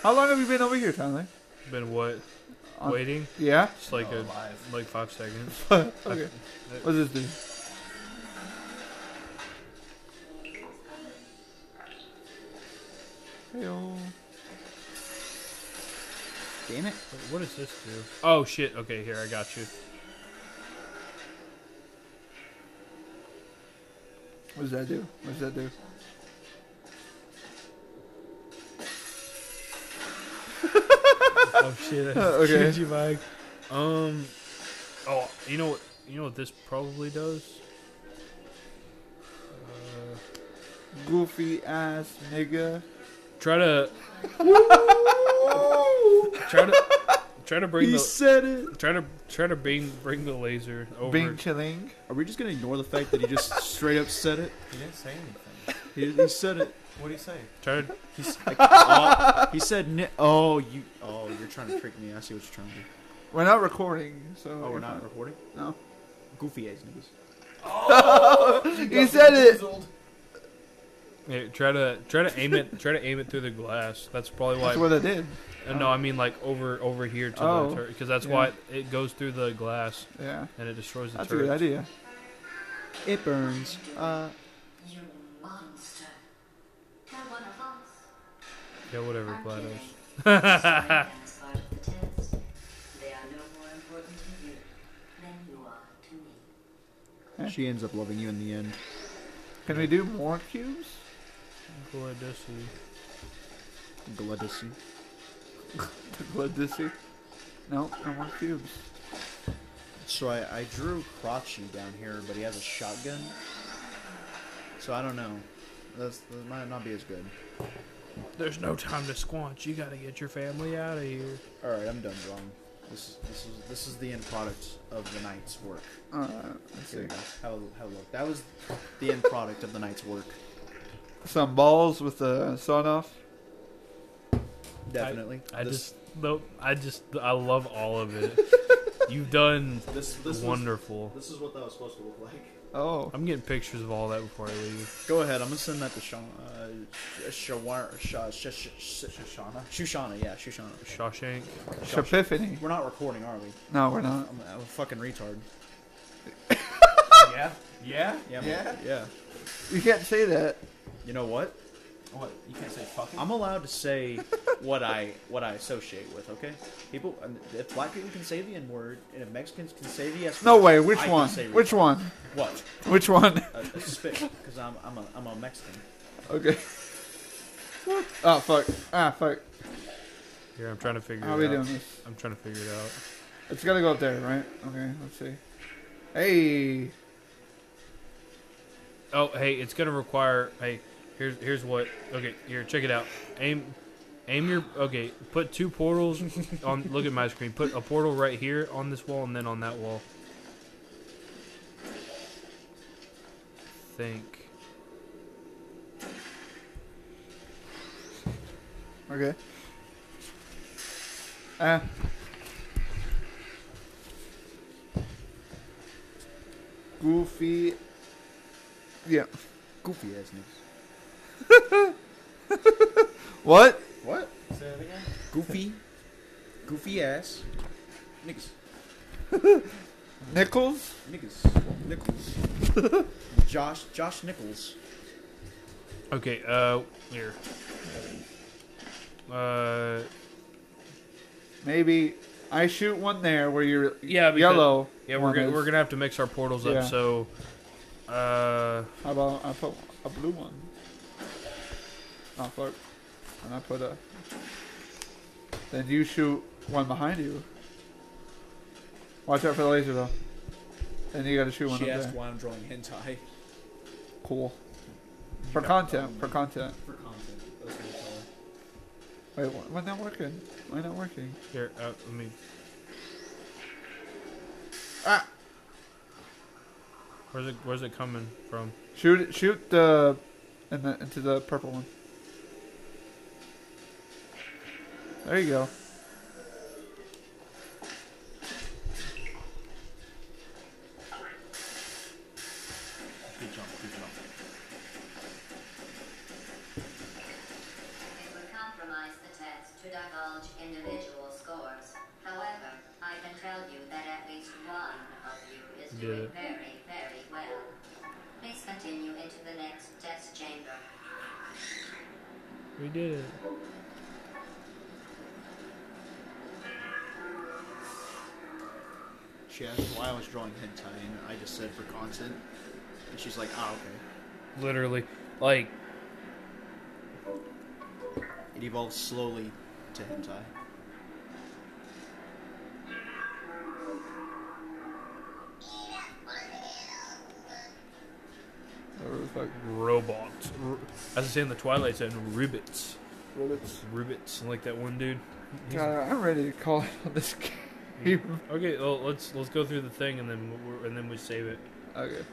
S1: How long have you been over here, Tyler?
S3: Been what?
S1: On-
S3: Waiting?
S1: Yeah.
S3: Just like a
S8: alive.
S3: like five seconds.
S1: Okay. What's this do? Heyo.
S2: Damn it!
S3: Wait, what does this do? Oh shit. Okay, here I got you.
S1: What does that do? What does that do?
S3: Oh shit.
S1: Okay.
S3: Did you, Mike? Um. Oh, you know what? You know what this probably does. Uh,
S1: Goofy ass nigga.
S3: try to. try to. Try to bring the.
S2: said it.
S3: Try to try to bring bring the laser over.
S1: Bing chilling.
S2: Are we just gonna ignore the fact that he just straight up said it?
S8: He didn't say anything.
S2: He, he said it.
S8: What did he say?
S3: Try to,
S2: He's like, oh, he said, ni- "Oh, you, oh, you're trying to trick me. I see what you're trying to do.
S1: We're not recording, so.
S2: Oh, we're
S1: you're
S2: not
S1: fine.
S2: recording.
S1: No.
S2: Goofy ass niggas.
S1: He said it.
S3: Yeah, try to try to aim it. Try to aim it through the glass. That's probably why.
S1: That's what they did.
S3: uh, no, I mean like over over here to
S1: Oh.
S3: the turret because that's
S1: Yeah.
S3: why it, goes through the glass
S1: Yeah,
S3: and it destroys the
S1: that's a
S3: turret.
S1: good idea.
S2: It burns. Uh,
S5: You monster. Tell one of us.
S3: Yeah, whatever,
S5: I'm
S3: GLaDOS.
S5: kidding. Destroying them is part of the test. They are no more important to you than you are to me.
S2: she ends up loving you in the end.
S1: Can we do more cubes?
S3: Gladici.
S2: Gladici.
S1: Gladici? No, no more cubes.
S2: So I, I drew Crotchy down here, but he has a shotgun. So I don't know. That's, that might not be as good.
S3: There's no time to squanch. You gotta get your family out of here.
S2: All right, I'm done drawing. This is this is this is the end product of the night's work.
S1: Uh, let's
S2: There
S1: see.
S2: you go. Have a, have a look. That was the end product of the night's work.
S1: Some balls with the sawed off.
S2: Definitely.
S3: I
S2: this,
S3: just no. I just I love all of it. You've done
S2: this this was-
S3: wonderful.
S2: this is what that was supposed to look like.
S1: Oh,
S3: I'm getting pictures of all that before I leave.
S2: Go ahead. I'm gonna send that to Sean. Uh, Shawar, Sha, Sh, Sh, Sh, Shoshana. Shoshana. Yeah, Shoshana.
S3: Shawshank.
S1: Epiphany.
S2: We're not recording, are we?
S1: No, we're not.
S2: I'm, I'm a fucking retard.
S8: Yeah? Yeah?
S2: Yeah. I'm a- yeah.
S1: You can't say that.
S2: You know what?
S8: What? You can't say fucking?
S2: I'm allowed to say what I what I associate with. Okay, people. and If black people can say the N word, and if Mexicans can say the S.
S1: No
S2: word,
S1: way. Which
S2: I can
S1: one?
S2: say
S1: Which
S2: retard.
S1: one?
S2: What?
S1: Which one?
S2: A, a spit? Because I'm I'm a I'm a Mexican.
S1: Okay. Oh fuck. Ah fuck.
S3: Here, I'm trying to figure
S1: How are
S3: it
S1: we
S3: out.
S1: doing this?
S3: I'm trying to figure it out.
S1: It's gotta go up there, right? Okay. Let's see. Hey.
S3: Oh, hey, it's gonna require. Hey, here's here's what. Okay, here, check it out. Aim, aim your. Okay, put two portals on. Look at my screen. Put a portal right here on this wall, and then on that wall. Think.
S1: Okay. Ah. Goofy. Yeah.
S2: Goofy ass niggas.
S1: What?
S2: What?
S8: Say that again?
S2: Goofy. Goofy ass. Niggas.
S1: Nichols?
S2: Niggas. Nichols. Josh. Josh Nichols.
S3: Okay. Uh, here. Uh,
S1: Maybe I shoot one there where you're
S3: Yeah, because-
S1: yellow.
S3: yeah, we're
S1: one
S3: gonna
S1: is.
S3: we're gonna have to mix our portals up.
S1: Yeah.
S3: So, uh,
S1: How about I put a blue one? Oh fuck! And I put a. Then you shoot one behind you. Watch out for the laser though. Then you gotta shoot one
S2: She
S1: up
S2: asked
S1: there.
S2: why I'm drawing hentai.
S1: Cool. For content. For content.
S2: For content. That's what it's called.
S1: Wait, wh- why not working? Why not working?
S3: here. Uh, let me.
S1: Ah!
S3: Where's it? Where's it coming from?
S1: Shoot! it- Shoot the, in the into the purple one. There you go.
S8: Good jump, good jump.
S5: It would compromise the test to divulge individual scores. However, I can tell you that at least one of you is doing very, very well. Please continue into the next test chamber.
S3: We did it.
S2: She asked why I was drawing hentai, and I just said for content. And she's like, ah, okay.
S3: Literally, like
S2: It evolves slowly to hentai.
S1: Whatever the fuck.
S3: robots. R- As I say in the Twilight Zone, rivets.
S1: Ribbits.
S3: Rivets, like that one dude. He's-
S1: God, I'm ready to call it on this game.
S3: Okay, well, let's let's go through the thing and then we're, and then we save it.
S1: okay.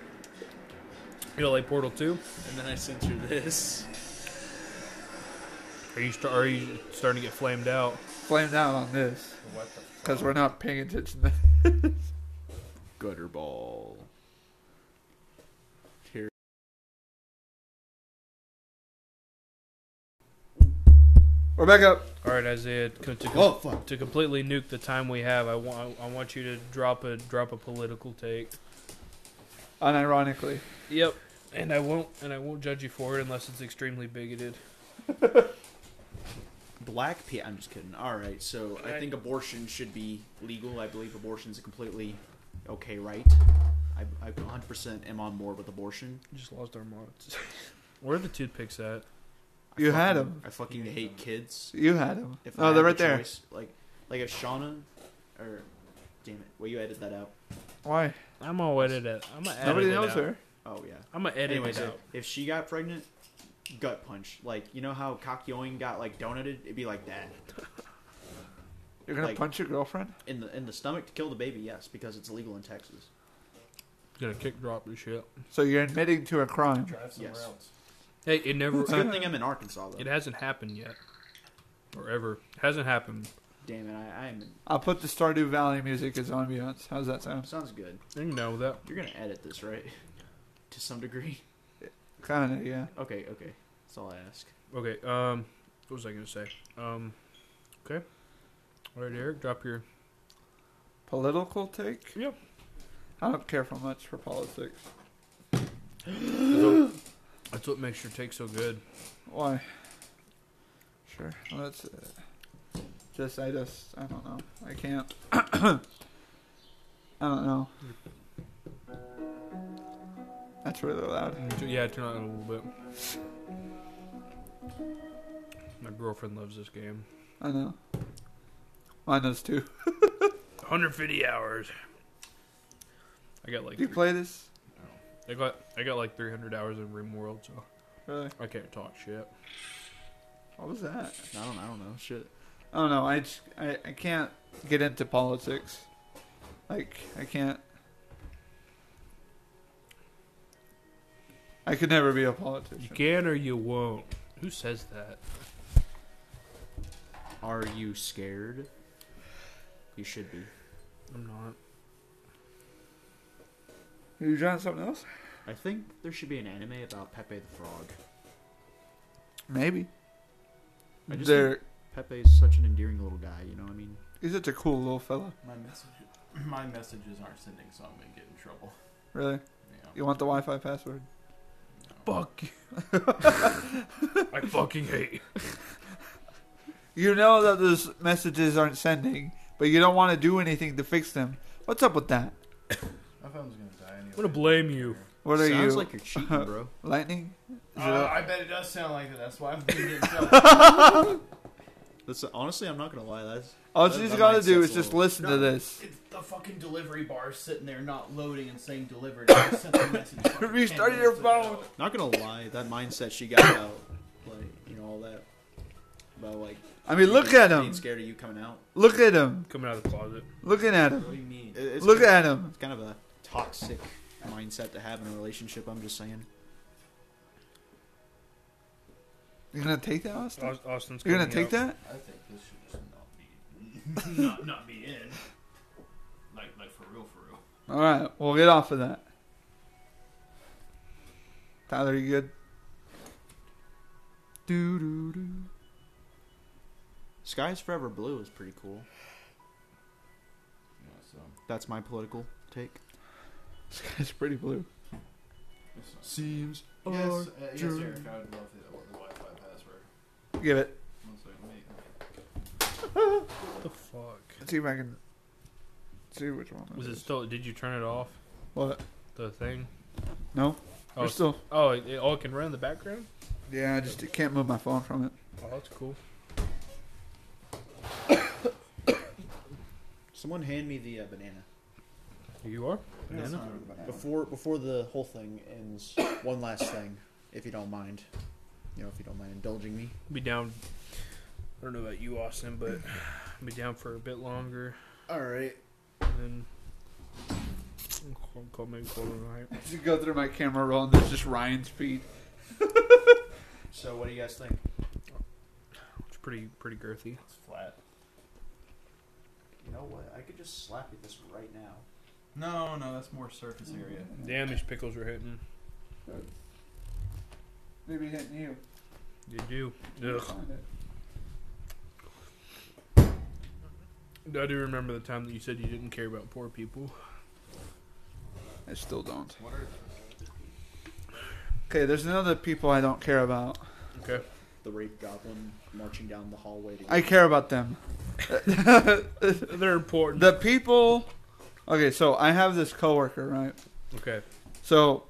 S3: You know, like Portal Two.
S2: And then I censor this.
S3: Are you star- are you starting to get flamed out?
S1: Flamed out on this
S8: What the fuck?
S1: because we're not paying attention. To
S2: Gutterball.
S1: We're back up.
S3: All right, Isaiah. co- To,
S2: Oh, fuck.
S3: to completely nuke the time we have, I want I want you to drop a drop a political take.
S1: Unironically.
S3: Yep. And I won't and I won't judge you for it unless it's extremely bigoted.
S2: Black people. I'm just kidding. All right, so I
S3: Right.
S2: think abortion should be legal. I believe abortion is a completely okay right. I, I 100% am on board with abortion.
S3: Just lost our mods. Where are the toothpicks at?
S2: I
S1: You had
S2: fucking-
S1: 'em.
S2: I fucking hate kids.
S1: You had them.
S2: If I
S1: oh, they're
S2: had
S1: right
S2: the
S1: there.
S2: choice, like, like if Shauna, or damn it, will you edit that out?
S1: Why?
S3: I'm gonna edit it. I'm gonna edit
S1: Nobody
S3: it
S1: knows
S3: out.
S1: her.
S2: Oh yeah.
S3: I'm gonna edit
S2: Anyways,
S3: it
S2: if,
S3: out.
S2: if she got pregnant, gut punch. Like you know how Kakyoin got like donated, it'd be like that
S1: You're gonna
S2: Like-
S1: punch your girlfriend?
S2: in the in the stomach to kill the baby. Yes, because it's illegal in Texas.
S3: Gonna kick drop this shit.
S1: So you're admitting to a crime.
S9: Drive some
S2: Yes.
S9: rounds.
S3: Hey, it never.
S2: It's a good thing I'm in Arkansas though.
S3: it hasn't happened yet, or ever. It hasn't happened.
S2: Damn it, I, I am. In,
S1: I'll put the Stardew Valley music as ambiance. How's that sound?
S2: sounds good.
S3: You know that.
S2: You're gonna edit this right? to some degree.
S1: Kinda, yeah.
S2: Okay, okay. That's all I ask.
S3: Okay. Um, what was I gonna say? Um, okay. All right, Eric, drop your.
S1: Political take?
S3: Yep.
S1: I don't care for much for politics.
S3: That's what makes your take so good.
S1: Why? Sure. Well, that's uh, just I just I don't know. I can't. I don't know. That's really loud.
S3: Tu- Yeah, turn on it a little bit. My girlfriend loves this game.
S1: I know. Mine does too.
S3: 150 hours. I got like
S1: Do you play this?
S3: I got I got like 300 hours in RimWorld, so
S1: Really?
S3: I can't talk shit.
S1: What was that?
S2: I don't. I don't know. Shit.
S1: I don't know. Oh, I, just, I I can't get into politics. Like I can't. I could never be a
S3: You
S1: politician.
S3: can or you won't. Who says that?
S2: Are you scared? You should be.
S3: I'm not.
S1: Are you trying something else?
S2: I think there should be an anime about Pepe the Frog.
S1: Maybe.
S2: I just
S1: There,
S2: Pepe is such an endearing little guy. You know what I mean?
S1: he's such a cool little fella.
S9: My messages, my messages aren't sending, so I'm gonna get in trouble.
S1: Really?
S9: Yeah.
S1: You want the Wi-Fi password?
S3: Fuck you. I fucking hate you.
S1: You know that those messages aren't sending, but you don't want to do anything to fix them. What's up with that?
S9: My phone's gonna die anyway.
S3: I'm gonna blame you.
S1: What are
S2: Sounds
S1: you,
S2: like you're cheating, bro.
S1: lightning? Is it
S9: Uh,
S1: a-
S9: I bet it does sound like that. That's why I'm gonna get in trouble.
S2: That's honestly, I'm not gonna lie. That's
S1: All
S2: that-
S1: she's
S2: that
S1: got to
S2: mindset's
S1: do
S2: a
S1: is just
S2: little-
S1: listen to
S9: No,
S1: this.
S9: It's the fucking delivery bar sitting there not loading and saying delivered. I sent the message fucking ten
S1: Restart your
S9: minutes ago.
S1: phone.
S2: not gonna lie. That mindset she got about, like you know, all that about like.
S1: I mean, look at him.
S2: Being scared of you coming out.
S1: Look at him.
S3: Coming out of the closet.
S1: Looking at
S9: What
S1: him.
S9: do you mean?
S2: It- It's
S1: Look
S2: kind
S1: at him.
S2: It's kind of a toxic mindset to have in a relationship. I'm just saying.
S1: You're gonna take that, Austin?
S3: Aus- Austin's
S1: You're gonna
S3: coming
S1: take
S3: up.
S1: that?
S9: I think this should just not be, not not be in. Like like for real, for real.
S1: All right, we'll get off of that. Tyler, you good? Doo doo doo.
S2: Skies Forever Blue is pretty cool.
S9: Yeah, so
S2: That's my political take.
S1: This guy's pretty blue.
S9: it's not-
S2: Seems.
S9: Yes,
S2: Or
S9: uh, yes,
S2: German.
S9: Eric. I would love the, the Wi-Fi password.
S1: Give it.
S9: One second, wait.
S3: What the fuck?
S1: Let's see if I can see which one.
S3: Was
S1: it
S3: it
S1: is.
S3: still? Did you turn it off?
S1: What?
S3: The thing?
S1: No,
S3: Oh,
S1: we're
S3: it's-
S1: still.
S3: oh it, it all can run in the background.
S1: Yeah, I just can't move my phone from it.
S3: Oh, that's cool.
S2: Someone hand me the uh, banana.
S3: You are.
S2: Yes.
S3: Banana?
S2: Before before the whole thing ends, one last thing, if you don't mind. You know, if you don't mind indulging me.
S3: Be down. I don't know about you, Austin, but be down for a bit longer.
S2: All right.
S3: And then call, call maybe call it a night.
S1: Just go through my camera roll and there's just Ryan's feet.
S2: So, what do you guys think?
S3: It's pretty pretty girthy.
S9: It's flat.
S2: You know what? I could just slap you this right now. Mm-hmm.
S9: No, no, that's more surface area.
S3: Damn, these pickles are hitting.
S1: Maybe hitting you.
S3: You do. Ugh. I do remember the time that you said you didn't care about poor people.
S1: I still don't.
S9: What are
S1: Okay, there's another people I don't care about.
S3: Okay.
S2: The rape goblin marching down the hallway. To
S1: I care about them.
S3: They're important.
S1: The people. Okay, so I have this coworker, right?
S3: okay.
S1: So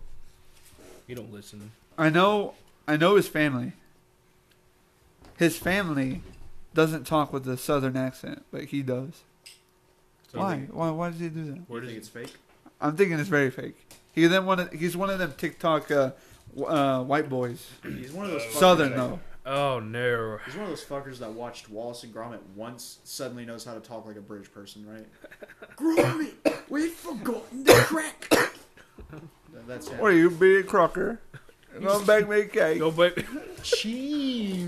S3: You don't listen.
S1: I know I know his family. His family doesn't talk with a southern accent, but he does.
S3: So
S1: why? Why? Why does he do that?
S3: Where
S2: you
S3: does
S2: think
S3: it?
S2: it's fake?
S1: I'm thinking it's very fake. He then one. Of, he's one of them TikTok uh, w- uh, white boys.
S2: He's one of those fuckers
S1: Southern
S2: that-
S1: though.
S3: Oh no.
S2: He's one of those fuckers that watched Wallace and Gromit once, suddenly knows how to talk like a British person, right? Gromit, we've forgotten the crack. That- That's him.
S1: Or you be a crocker. Come back, make cake.
S3: Go bake.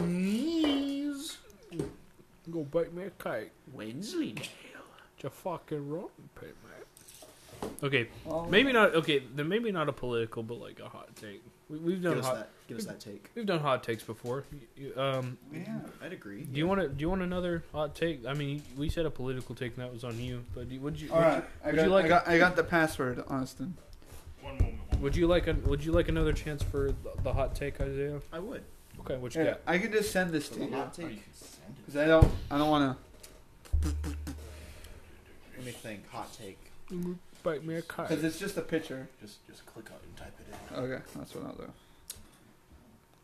S2: cheese.
S3: Go bake me a cake.
S2: Wensleydale.
S3: It's fucking rotten pig, man. Okay, maybe not. Okay, then maybe not a political, but like a hot take. We, we've done
S2: Give us
S3: hot.
S2: that. Give us that take.
S3: We've done hot takes before. You- you- um,
S1: Yeah.
S2: I'd agree.
S3: do you want to? Do you want another hot take? I mean, we said a political take, and that was on you. But do- would you?
S1: All
S3: would
S1: right. I
S3: would
S1: got,
S3: you like
S1: I, got, I got the password, Austin.
S9: One moment.
S3: you? Would you like? A, would you like another chance for the, the hot take, Isaiah?
S2: I would.
S3: Okay, what you
S1: Yeah,
S3: got?
S1: I can just send this to
S2: With a
S1: you
S2: hot
S9: Oh, you
S2: take.
S9: can send it.
S1: because I don't. I don't want to.
S2: Let me think. Hot take.
S3: Bite me a cake.
S1: Because it's just a picture.
S9: Just, just click on it and type it in.
S1: Okay, that's what I'll do.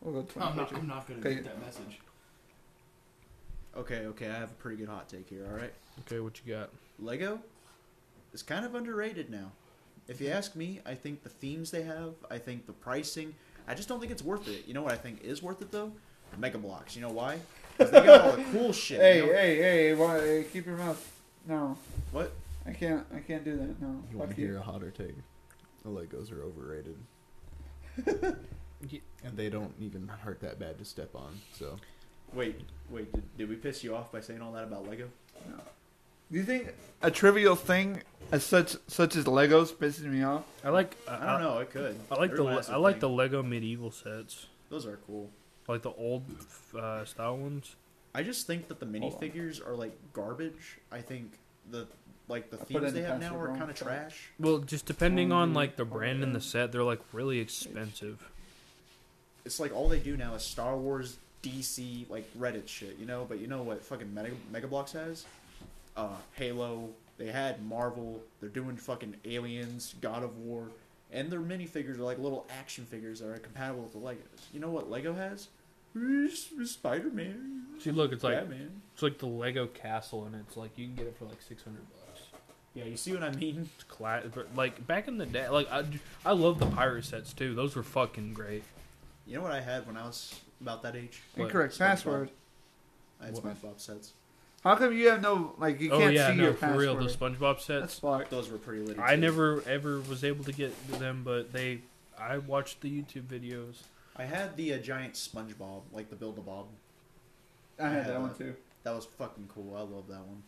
S1: We'll go 20
S9: I'm not,
S1: pictures.
S9: I'm not gonna
S1: Okay.
S9: get that message.
S2: Okay, okay. I have a pretty good hot take here. All right.
S3: Okay, what you got?
S2: Lego is kind of underrated now. If you ask me, I think the themes they have, I think the pricing, I just don't think it's worth it. You know what I think is worth it though? Mega blocks. You know why? 'Cause they got all the cool shit.
S1: Hey,
S2: you know?
S1: hey, hey, why, hey, keep your mouth. No,
S2: What?
S1: I can't, I can't do that. No,
S4: You want
S1: fuck
S4: to hear
S1: you.
S4: a hotter take? The Legos are overrated.
S3: Ye-
S4: and they don't even hurt that bad to step on. So
S2: Wait, wait. Did, did we piss you off by saying all that about Lego?
S1: Do you think a trivial thing as such, such as Legos, pisses me off?
S3: I like.
S2: I don't know. It could.
S3: I like
S2: They're
S3: the.
S2: massive
S3: I like the
S2: thing.
S3: Lego medieval sets.
S2: Those are cool.
S3: like the old uh, style ones.
S2: I just think that the
S1: Hold on.
S2: minifigures are like garbage. I think the like the
S1: I put
S2: themes
S1: in
S2: they
S1: the
S2: have now
S1: password
S2: are
S1: wrong.
S2: kind of trash.
S3: Well, just depending on
S1: Mm,
S3: like the brand and the
S1: okay.
S3: set, they're like really expensive.
S2: it's like all they do now is Star Wars, DC, like Reddit shit, you know. But you know what fucking Mega Megablox has? Uh, Halo. They had Marvel. They're doing fucking Aliens, God of War, and their minifigures are like little action figures that are compatible with the Legos. You know what Lego has? Spider Man,
S3: See, look, it's like
S2: Batman.
S3: it's like the Lego castle, and it's like you can get it for like six hundred bucks.
S2: Yeah, you see what I mean?
S3: It's cla- like back in the day, like I, I love the pirate sets too. Those were fucking great.
S2: You know what I had when I was about that age?
S3: What?
S1: Incorrect
S2: SpongeBob.
S1: password.
S2: I had SpongeBob sets.
S1: How come you have no like you
S3: oh
S1: can't
S3: yeah,
S1: see
S3: no,
S1: your
S3: for
S1: password?
S3: real, those
S1: That's
S3: SpongeBob sets.
S1: fucked.
S2: Those were pretty litty.
S3: I
S2: too.
S3: never ever was able to get them, but they. I watched the YouTube videos.
S2: I had the uh, giant SpongeBob, like the Build a Bob.
S1: I
S2: Yeah,
S1: had that one
S2: that-
S1: too.
S2: That was fucking cool. I love that one.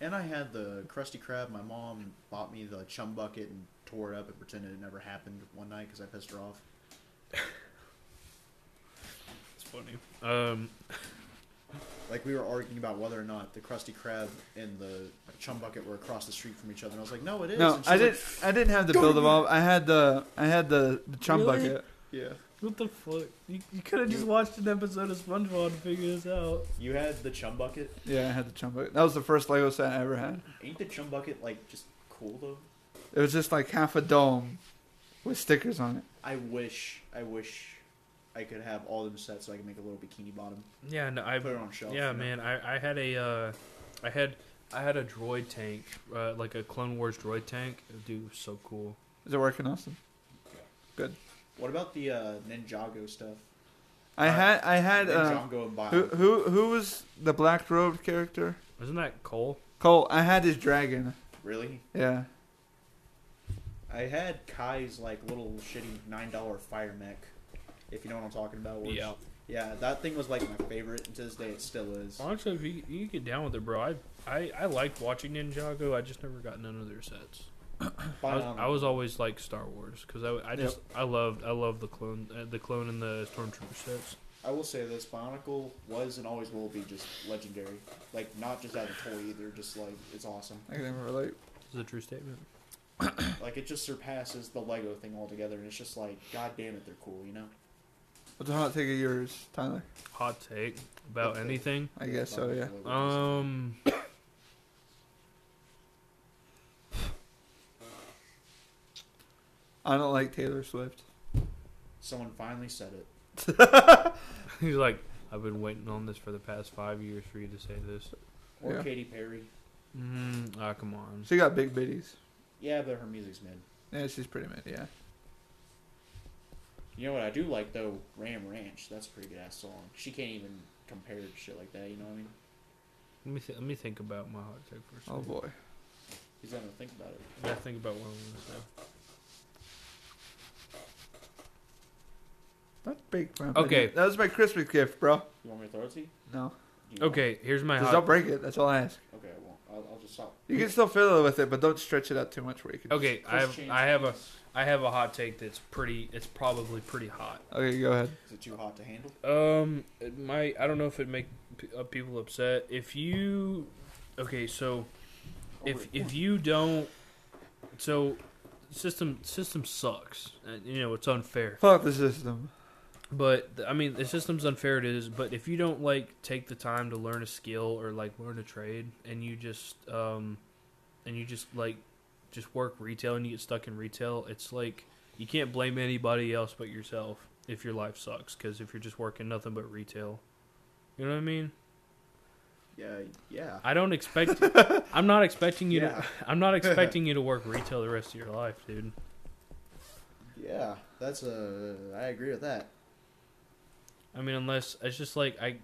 S2: And I had the Krusty Krab. My mom bought me the chum bucket and tore it up and pretended it never happened one night because I pissed her off.
S3: It's funny. Um,
S2: Like we were arguing about whether or not the Krusty Krab and the chum bucket were across the street from each other. And I was like, no, it is.
S1: No,
S2: And she
S1: I
S2: was like,
S1: didn't. I didn't have the build a bob. I had the. I had the, the chum
S3: Really?
S1: bucket.
S2: yeah.
S3: what the fuck? You, you could have just watched an episode of SpongeBob to figure this out.
S2: You had the chum bucket.
S1: Yeah, I had the chum bucket. That was the first Lego set I ever had.
S2: Ain't the chum bucket like just cool though?
S1: It was just like half a dome with stickers on it.
S2: I wish. I wish. I could have all them sets so I could make a little bikini bottom.
S3: Yeah, no, I
S2: Put it on a shelf.
S3: Yeah,
S2: you know?
S3: man. I, I had a, uh, I had, I had a droid tank, uh, like a Clone Wars droid tank. Dude, it was so cool.
S1: Is it working, Austin?
S2: What about the uh, Ninjago stuff?
S1: I
S2: Uh,
S1: had. I had. Uh,
S2: Ninjago and Bob.
S1: Who who who was the black robed character?
S3: Isn't that Cole?
S1: Cole. I had his dragon.
S2: Really?
S1: Yeah.
S2: I had Kai's like little shitty nine dollar fire mech, if you know what I'm talking about. where it's- Yeah, that thing was like my favorite, and to this day it still is.
S3: Honestly, if you, you get down with it, bro, I, I, I liked watching Ninjago. I just never got none of their sets. I was, I was always like Star Wars because I, I just I loved I loved the clone uh, the clone and the stormtrooper sets.
S2: I will say this: Bionicle was and always will be just legendary. Like not just as a toy either. Just like it's awesome.
S1: I can even relate.
S3: This is a true statement.
S2: Like it just surpasses the Lego thing altogether, and it's just like, god damn it, they're cool. You know.
S1: What's the hot take of yours, Tyler?
S3: Hot take about
S2: Okay.
S3: anything.
S1: I guess so. Yeah.
S3: Um.
S1: I don't like Taylor Swift.
S2: Someone finally said it.
S3: He's like, I've been waiting on this for the past five years for you to say this.
S2: Or
S1: Yeah.
S2: Katy Perry.
S3: Mm, ah, come on.
S1: She got big bitties.
S2: Yeah, but her music's mid.
S1: Yeah, she's pretty mid. Yeah.
S2: You know what I do like though? Ram Ranch. That's a pretty good ass song. She can't even compare to shit like that. You know what I mean?
S3: Let me th- let me think about my hot take first.
S1: Oh boy.
S2: He's not gonna think about it.
S3: I gotta think about what I'm
S1: That's big. Man.
S3: Okay.
S1: That was my Christmas gift, bro.
S2: You want me to throw it to you?
S1: No.
S2: Do you
S3: gonna say. Okay, here's my
S1: Just
S3: hot.
S1: don't break it. That's all I ask.
S2: want- Okay, I won't. I'll, I'll just stop.
S1: You can still fiddle with it, but don't stretch it out too much where you can.
S3: Okay, I have
S2: Just change
S3: I have a
S2: things.
S3: I have a hot take that's pretty. It's probably pretty hot.
S1: Okay, go ahead.
S2: Is it too hot to handle?
S3: Um, it might I don't know if it make p- uh, people upset if you. Okay, so
S2: Oh,
S3: if if you don't, so system system sucks. Uh, You know it's unfair.
S1: Fuck the system.
S3: But th- I mean, the system's unfair. It is, but if you don't like take the time to learn a skill or like learn a trade, and you just um, and you just like just work retail and you get stuck in retail, it's like you can't blame anybody else but yourself if your life sucks. Because if you're just working nothing but retail, you know what I mean.
S2: Yeah, yeah.
S3: I don't expect. I'm not expecting you
S2: Yeah.
S3: to. I'm not expecting you to work retail the rest of your life, dude.
S2: Yeah, that's a. I agree with that.
S3: I mean, unless it's just like I.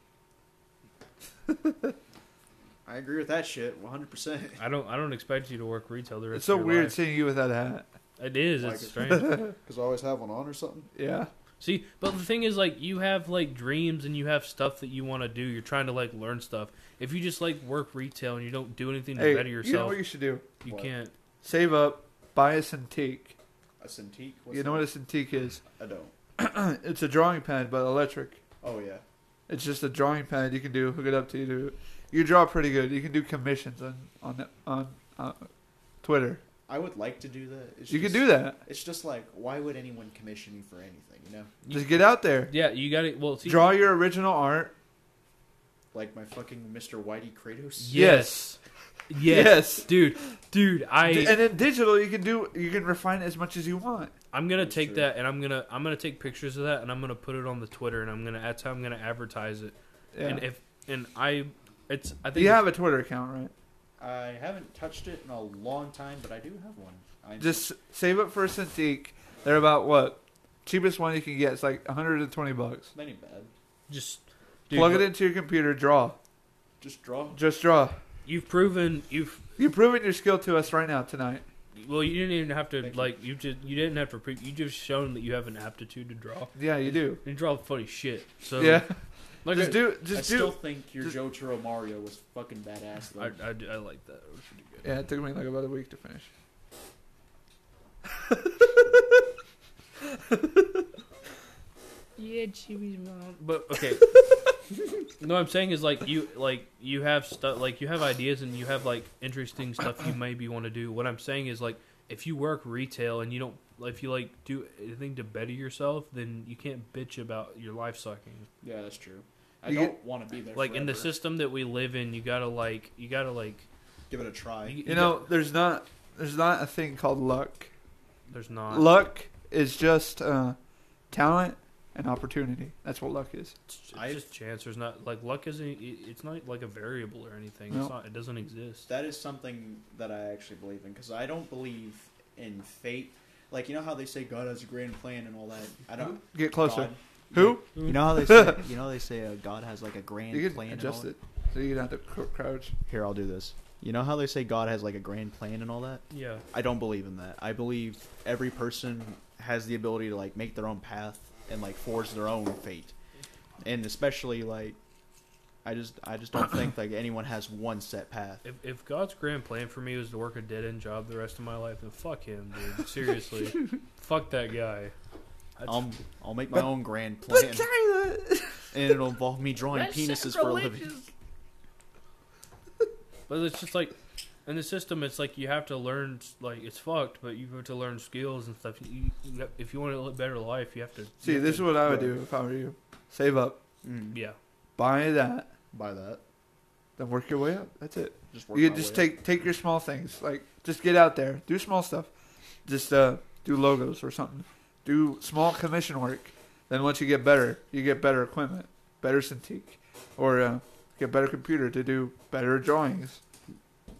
S2: I agree with that shit 100%.
S3: I don't. I don't expect you to work retail the rest.
S1: It's so
S3: of your
S1: weird
S3: Life.
S1: seeing you without a hat.
S3: It is.
S2: Like
S3: It's
S2: it.
S3: strange.
S2: Because I always have one on or something.
S1: Yeah.
S3: See, but the thing is, like, you have like dreams and you have stuff that you want to do. You're trying to like learn stuff. If you just like work retail and you don't do anything to
S1: Hey,
S3: better
S1: you know
S3: yourself,
S1: what
S3: you,
S1: you should do?
S2: What?
S3: can't.
S1: Save up, buy a Cintiq.
S2: A Cintiq?
S1: You know what a Cintiq is?
S2: I don't.
S1: It's a drawing pad, but electric.
S2: Oh, yeah.
S1: It's just a drawing pad you can do. Hook it up to you. Do you draw pretty good? You can do commissions on on on uh, Twitter.
S2: I would like to do that. It's
S1: You
S2: just,
S1: can do that.
S2: It's just like, why would anyone commission you for anything, you know?
S1: Just get out there.
S3: Yeah, you got to Well, see,
S1: Draw your original art.
S2: Like my fucking Mr. Whitey Kratos?
S3: yes, yes,
S1: Yes.
S3: dude, dude. I
S1: D- and in digital, you can do you can refine it as much as you want.
S3: I'm gonna
S2: That's
S3: take
S2: true.
S3: that and I'm gonna I'm gonna take pictures of that and I'm gonna put it on the Twitter and I'm gonna that's how I'm gonna advertise it.
S1: Yeah.
S3: And if and I, it's I think
S1: you have a Twitter account, right?
S2: I haven't touched it in a long time, but I do have one. I
S1: Just save up for a Cintiq. They're about what cheapest one you can get. It's like 120 bucks.
S2: That ain't bad.
S3: just dude,
S1: Plug
S3: look,
S1: it into your computer. Draw.
S2: Just draw.
S1: Just draw.
S3: You've proven you've
S1: You're proving your skill to us right now tonight.
S3: Well, you didn't even have to
S2: Thank you.
S3: like you just you didn't have to pre- you just shown that you have an aptitude to draw.
S1: Yeah, you do.
S3: You draw funny shit. So
S1: Yeah.
S3: like
S1: Just
S3: I,
S1: do.
S2: I
S1: Just do.
S2: still think your
S1: just-
S2: Joe Churro Mario was fucking badass.
S3: I,
S2: Though.
S3: I, do- I like that. It was pretty good.
S1: Yeah, it took me like about a week to finish.
S3: Yeah, Chibi's mom. But okay. no, I'm saying is like you like you have stuff like you have ideas and you have like interesting stuff you maybe want to do. What I'm saying is like if you work retail and you don't if you like do anything to better yourself, then you can't bitch about your life sucking.
S2: yeah, that's true. I
S1: You
S2: don't want to be there.
S3: Like in the
S2: forever.
S3: system that we live in, you gotta like you gotta like
S2: give it a try.
S1: You know, there's not there's not a thing called luck.
S3: there's not
S1: Luck is just uh, talent and opportunity. That's what luck is.
S3: It's, it's
S2: I've-
S3: just chance. There's not like luck isn't. it- It's not like a variable or anything.
S1: No.
S3: It's not. It doesn't exist.
S2: That is something that I actually believe in because I don't believe in fate. Like you know how they say God has a grand plan and all that. I don't.
S1: Get closer.
S2: God-
S1: Who?
S2: You know how they say. You know how they say uh, God has like a grand
S1: You
S2: plan.
S1: can
S2: and all
S1: adjust
S2: that?
S1: it so you don't have to cr- crouch.
S2: Here, I'll do this. You know how they say God has like a grand plan and all that.
S3: Yeah.
S2: I don't believe in that. I believe every person has the ability to like make their own path and like forge their own fate. And especially like I just I just don't think like anyone has one set path.
S3: If, if God's grand plan for me was to work a dead end job the rest of my life, then fuck him, dude. Seriously, fuck that guy. That's-
S2: Um, I'll make my
S1: But-
S2: own grand
S1: But
S2: plan.
S1: Tyler,
S2: and it'll involve me drawing penises for a living.
S3: But it's just like in the system, it's like you have to learn. Like it's fucked, but you have to learn skills and stuff. You, you, if you want to live a better life, you have to.
S1: See,
S3: you have
S1: this is
S3: to-
S1: what I would do if I were you. Save up,
S2: Mm,
S3: Yeah,
S1: buy that,
S2: by that,
S1: then work your way up. That's it.
S2: just work
S1: You
S2: my
S1: could just
S2: way
S1: take take your small things. Like just get out there, do small stuff. Just uh, do logos or something. Do small commission work. Then once you get better, you get better equipment, better Cintiq, or uh, get better computer to do better drawings.
S2: up.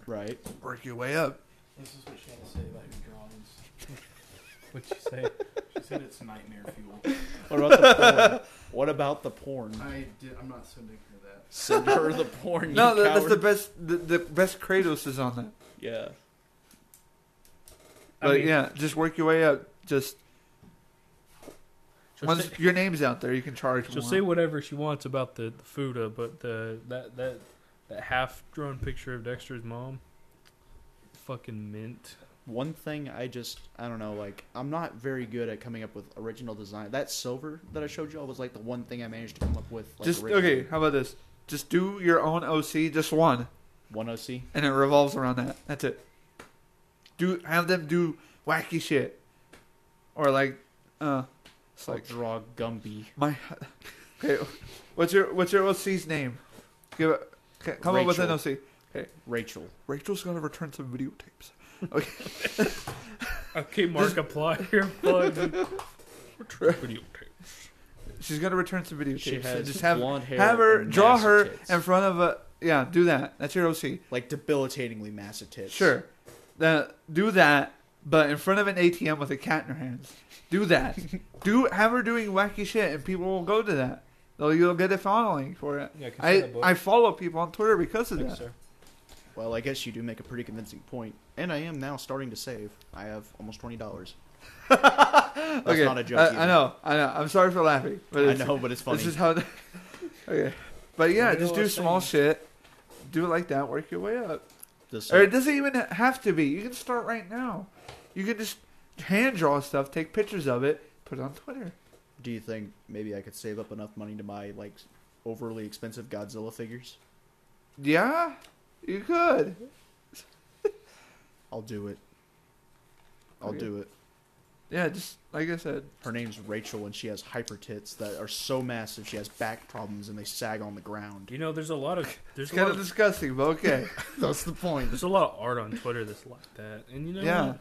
S2: right.
S1: Work your way up.
S9: This is what she had to say about your drawings.
S3: what you say.
S9: She said it's nightmare fuel.
S2: What about the porn? What about the porn?
S9: I did, I'm not sending her that.
S2: Send her the porn.
S1: No,
S2: you
S1: that, that's the
S2: coward.
S1: best. The, the best Kratos is on that.
S2: yeah.
S3: I
S1: But
S3: mean-
S1: yeah, just work your way up. Just
S3: She'll
S1: once
S3: say,
S1: your name's out there, you can charge
S3: she'll
S1: more.
S3: say whatever she wants about the, the food, uh, but the that that that half drawn picture of Dexter's mom, fucking mint.
S2: One thing I just I don't know like I'm not very good at coming up with original design. That silver that I showed y'all was like the one thing I managed to come up with. Like,
S1: just
S2: originally.
S1: okay. How about this? Just do your own OC, just one,
S2: One OC.
S1: and it revolves around that. That's it. Do have them do wacky shit, or like, uh, it's
S2: I'll
S1: like
S2: draw Gumby.
S1: my. Okay, what's your what's your OC's name? Give it. Okay, come up with an OC.
S2: Rachel.
S1: Rachel's gonna return some videotapes.
S3: Okay, Markiplier, fucking. Video tape.
S1: She's gonna return some videotapes.
S2: She
S1: and
S2: has
S1: just have
S2: blonde hair.
S1: have her
S2: and
S1: draw
S2: massive
S1: her
S2: tits.
S1: in front of a yeah. Do that. That's your OC.
S2: like debilitatingly massive tits.
S1: Sure. Then do that, but in front of an ATM with a cat in her hands. Do that. do have her doing wacky shit, and people will go to that. They'll you'll get a following for it.
S3: Yeah, I can see
S1: I
S3: that book.
S1: I follow people on Twitter because of
S3: Thank you,
S1: that.
S3: sir.
S2: Well, I guess you do make a pretty convincing point, and I am now starting to save. I have almost twenty dollars. That's
S1: okay.
S2: not a joke.
S1: I,
S2: either.
S1: I know. I know. I'm sorry for laughing, but
S2: I
S1: it's,
S2: know, but it's funny.
S1: This is how. okay. But yeah,
S3: Look at
S1: just
S3: all
S1: do
S3: the
S1: small
S3: things.
S1: shit. Do it like that. Work your way up.
S2: This-
S1: Or it doesn't even have to be. You can start right now. You can just hand draw stuff, take pictures of it, put it on Twitter.
S2: do you think maybe I could save up enough money to buy like overly expensive Godzilla figures?
S1: Yeah, you could.
S2: I'll do it. I'll
S1: Okay.
S2: do it.
S1: Yeah, just like I said,
S2: Her name's Rachel, and she has hyper tits that are so massive she has back problems and they sag on the ground.
S3: You know, there's a lot of there's
S1: it's
S3: a
S1: kind
S3: lot
S1: of
S3: of,
S1: disgusting, but okay.
S2: That's the point.
S3: there's a lot of art on Twitter that's like that, and you know,
S1: yeah,
S3: what?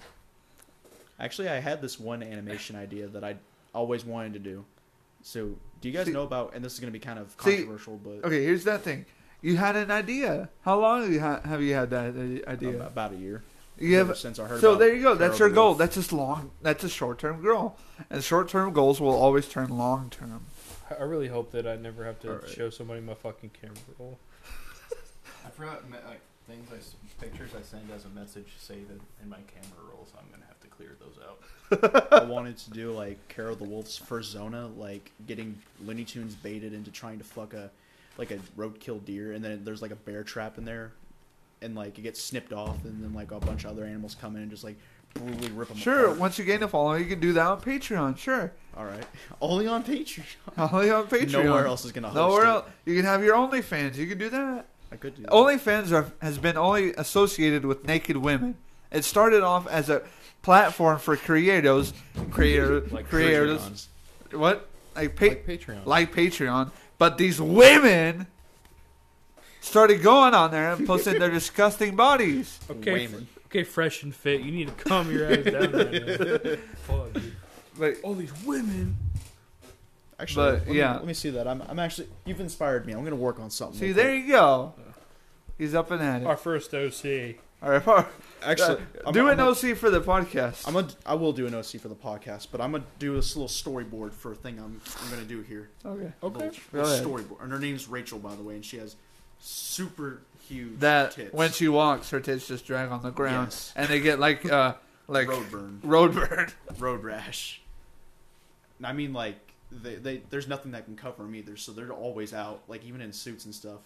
S2: Actually, I had this one animation idea that I always wanted to do. So, do you guys
S1: See-
S2: know about? And this is going to be kind of
S1: See-
S2: controversial, but
S1: okay. Here's that thing. You had an idea. How long have you, ha- have you had that i-
S2: ab-
S1: idea?
S2: about a year.
S1: You
S2: ever
S1: have.
S2: since I heard.
S1: So
S2: about
S1: there you go. That's your
S2: Carol
S1: goal.
S2: Wolf.
S1: That's just long. That's a short-term goal, and short-term goals will always turn long-term.
S3: I- I really hope that I never have to
S1: All right.
S3: show somebody my fucking camera roll.
S9: I forgot me- like things I s- pictures I send as a message saved in- in my camera roll, so I'm gonna have to clear those out.
S2: I wanted to do like Carol the Wolf's first Zona, like getting Looney Tunes baited into trying to fuck a like a roadkill deer, and then there's like a bear trap in there, and like it gets snipped off, and then like a bunch of other animals come in and just like brutally rip them.
S1: Sure. Once you gain a following, you can do that on Patreon. Sure.
S2: All right. Only on Patreon.
S1: Only on Patreon.
S2: Nowhere else is gonna. Host
S1: Nowhere
S2: it.
S1: else. You can have your OnlyFans. You can do that.
S2: I could do. That.
S1: OnlyFans are, has been only associated with naked women. It started off as a platform for creators, creator, creators,
S2: Patreons.
S1: what like, pa-
S9: Like Patreon.
S1: like Patreon, but these women started going on there and posting their disgusting bodies.
S3: Okay,
S2: Wayman.
S3: fr- okay, fresh and fit. You need to calm your ass down right now. Fuck, dude.
S1: But
S3: All these women.
S2: Actually,
S1: but,
S2: let me,
S1: yeah.
S2: Let me see that. I'm. I'm actually. You've inspired me. I'm gonna work on something.
S1: see,
S2: real
S1: there
S2: quick.
S1: you go. He's up and at it.
S3: Our first OC.
S1: All right, all
S2: Actually,
S1: right. do an
S2: I'm, I'm
S1: OC for the podcast.
S2: I'm a, I will do an OC for the podcast, but I'm gonna do this little storyboard for a thing I'm I'm gonna do here.
S1: okay.
S2: Okay.
S1: Go ahead.
S2: storyboard, and her name's Rachel, by the way, and she has super huge
S1: That
S2: tits.
S1: when she walks, her tits just drag on the ground,
S2: Yes.
S1: and they get like uh like
S2: road burn,
S1: road burn.
S2: road rash. And I mean, like they, they there's nothing that can cover them either, so they're always out, like even in suits and stuff.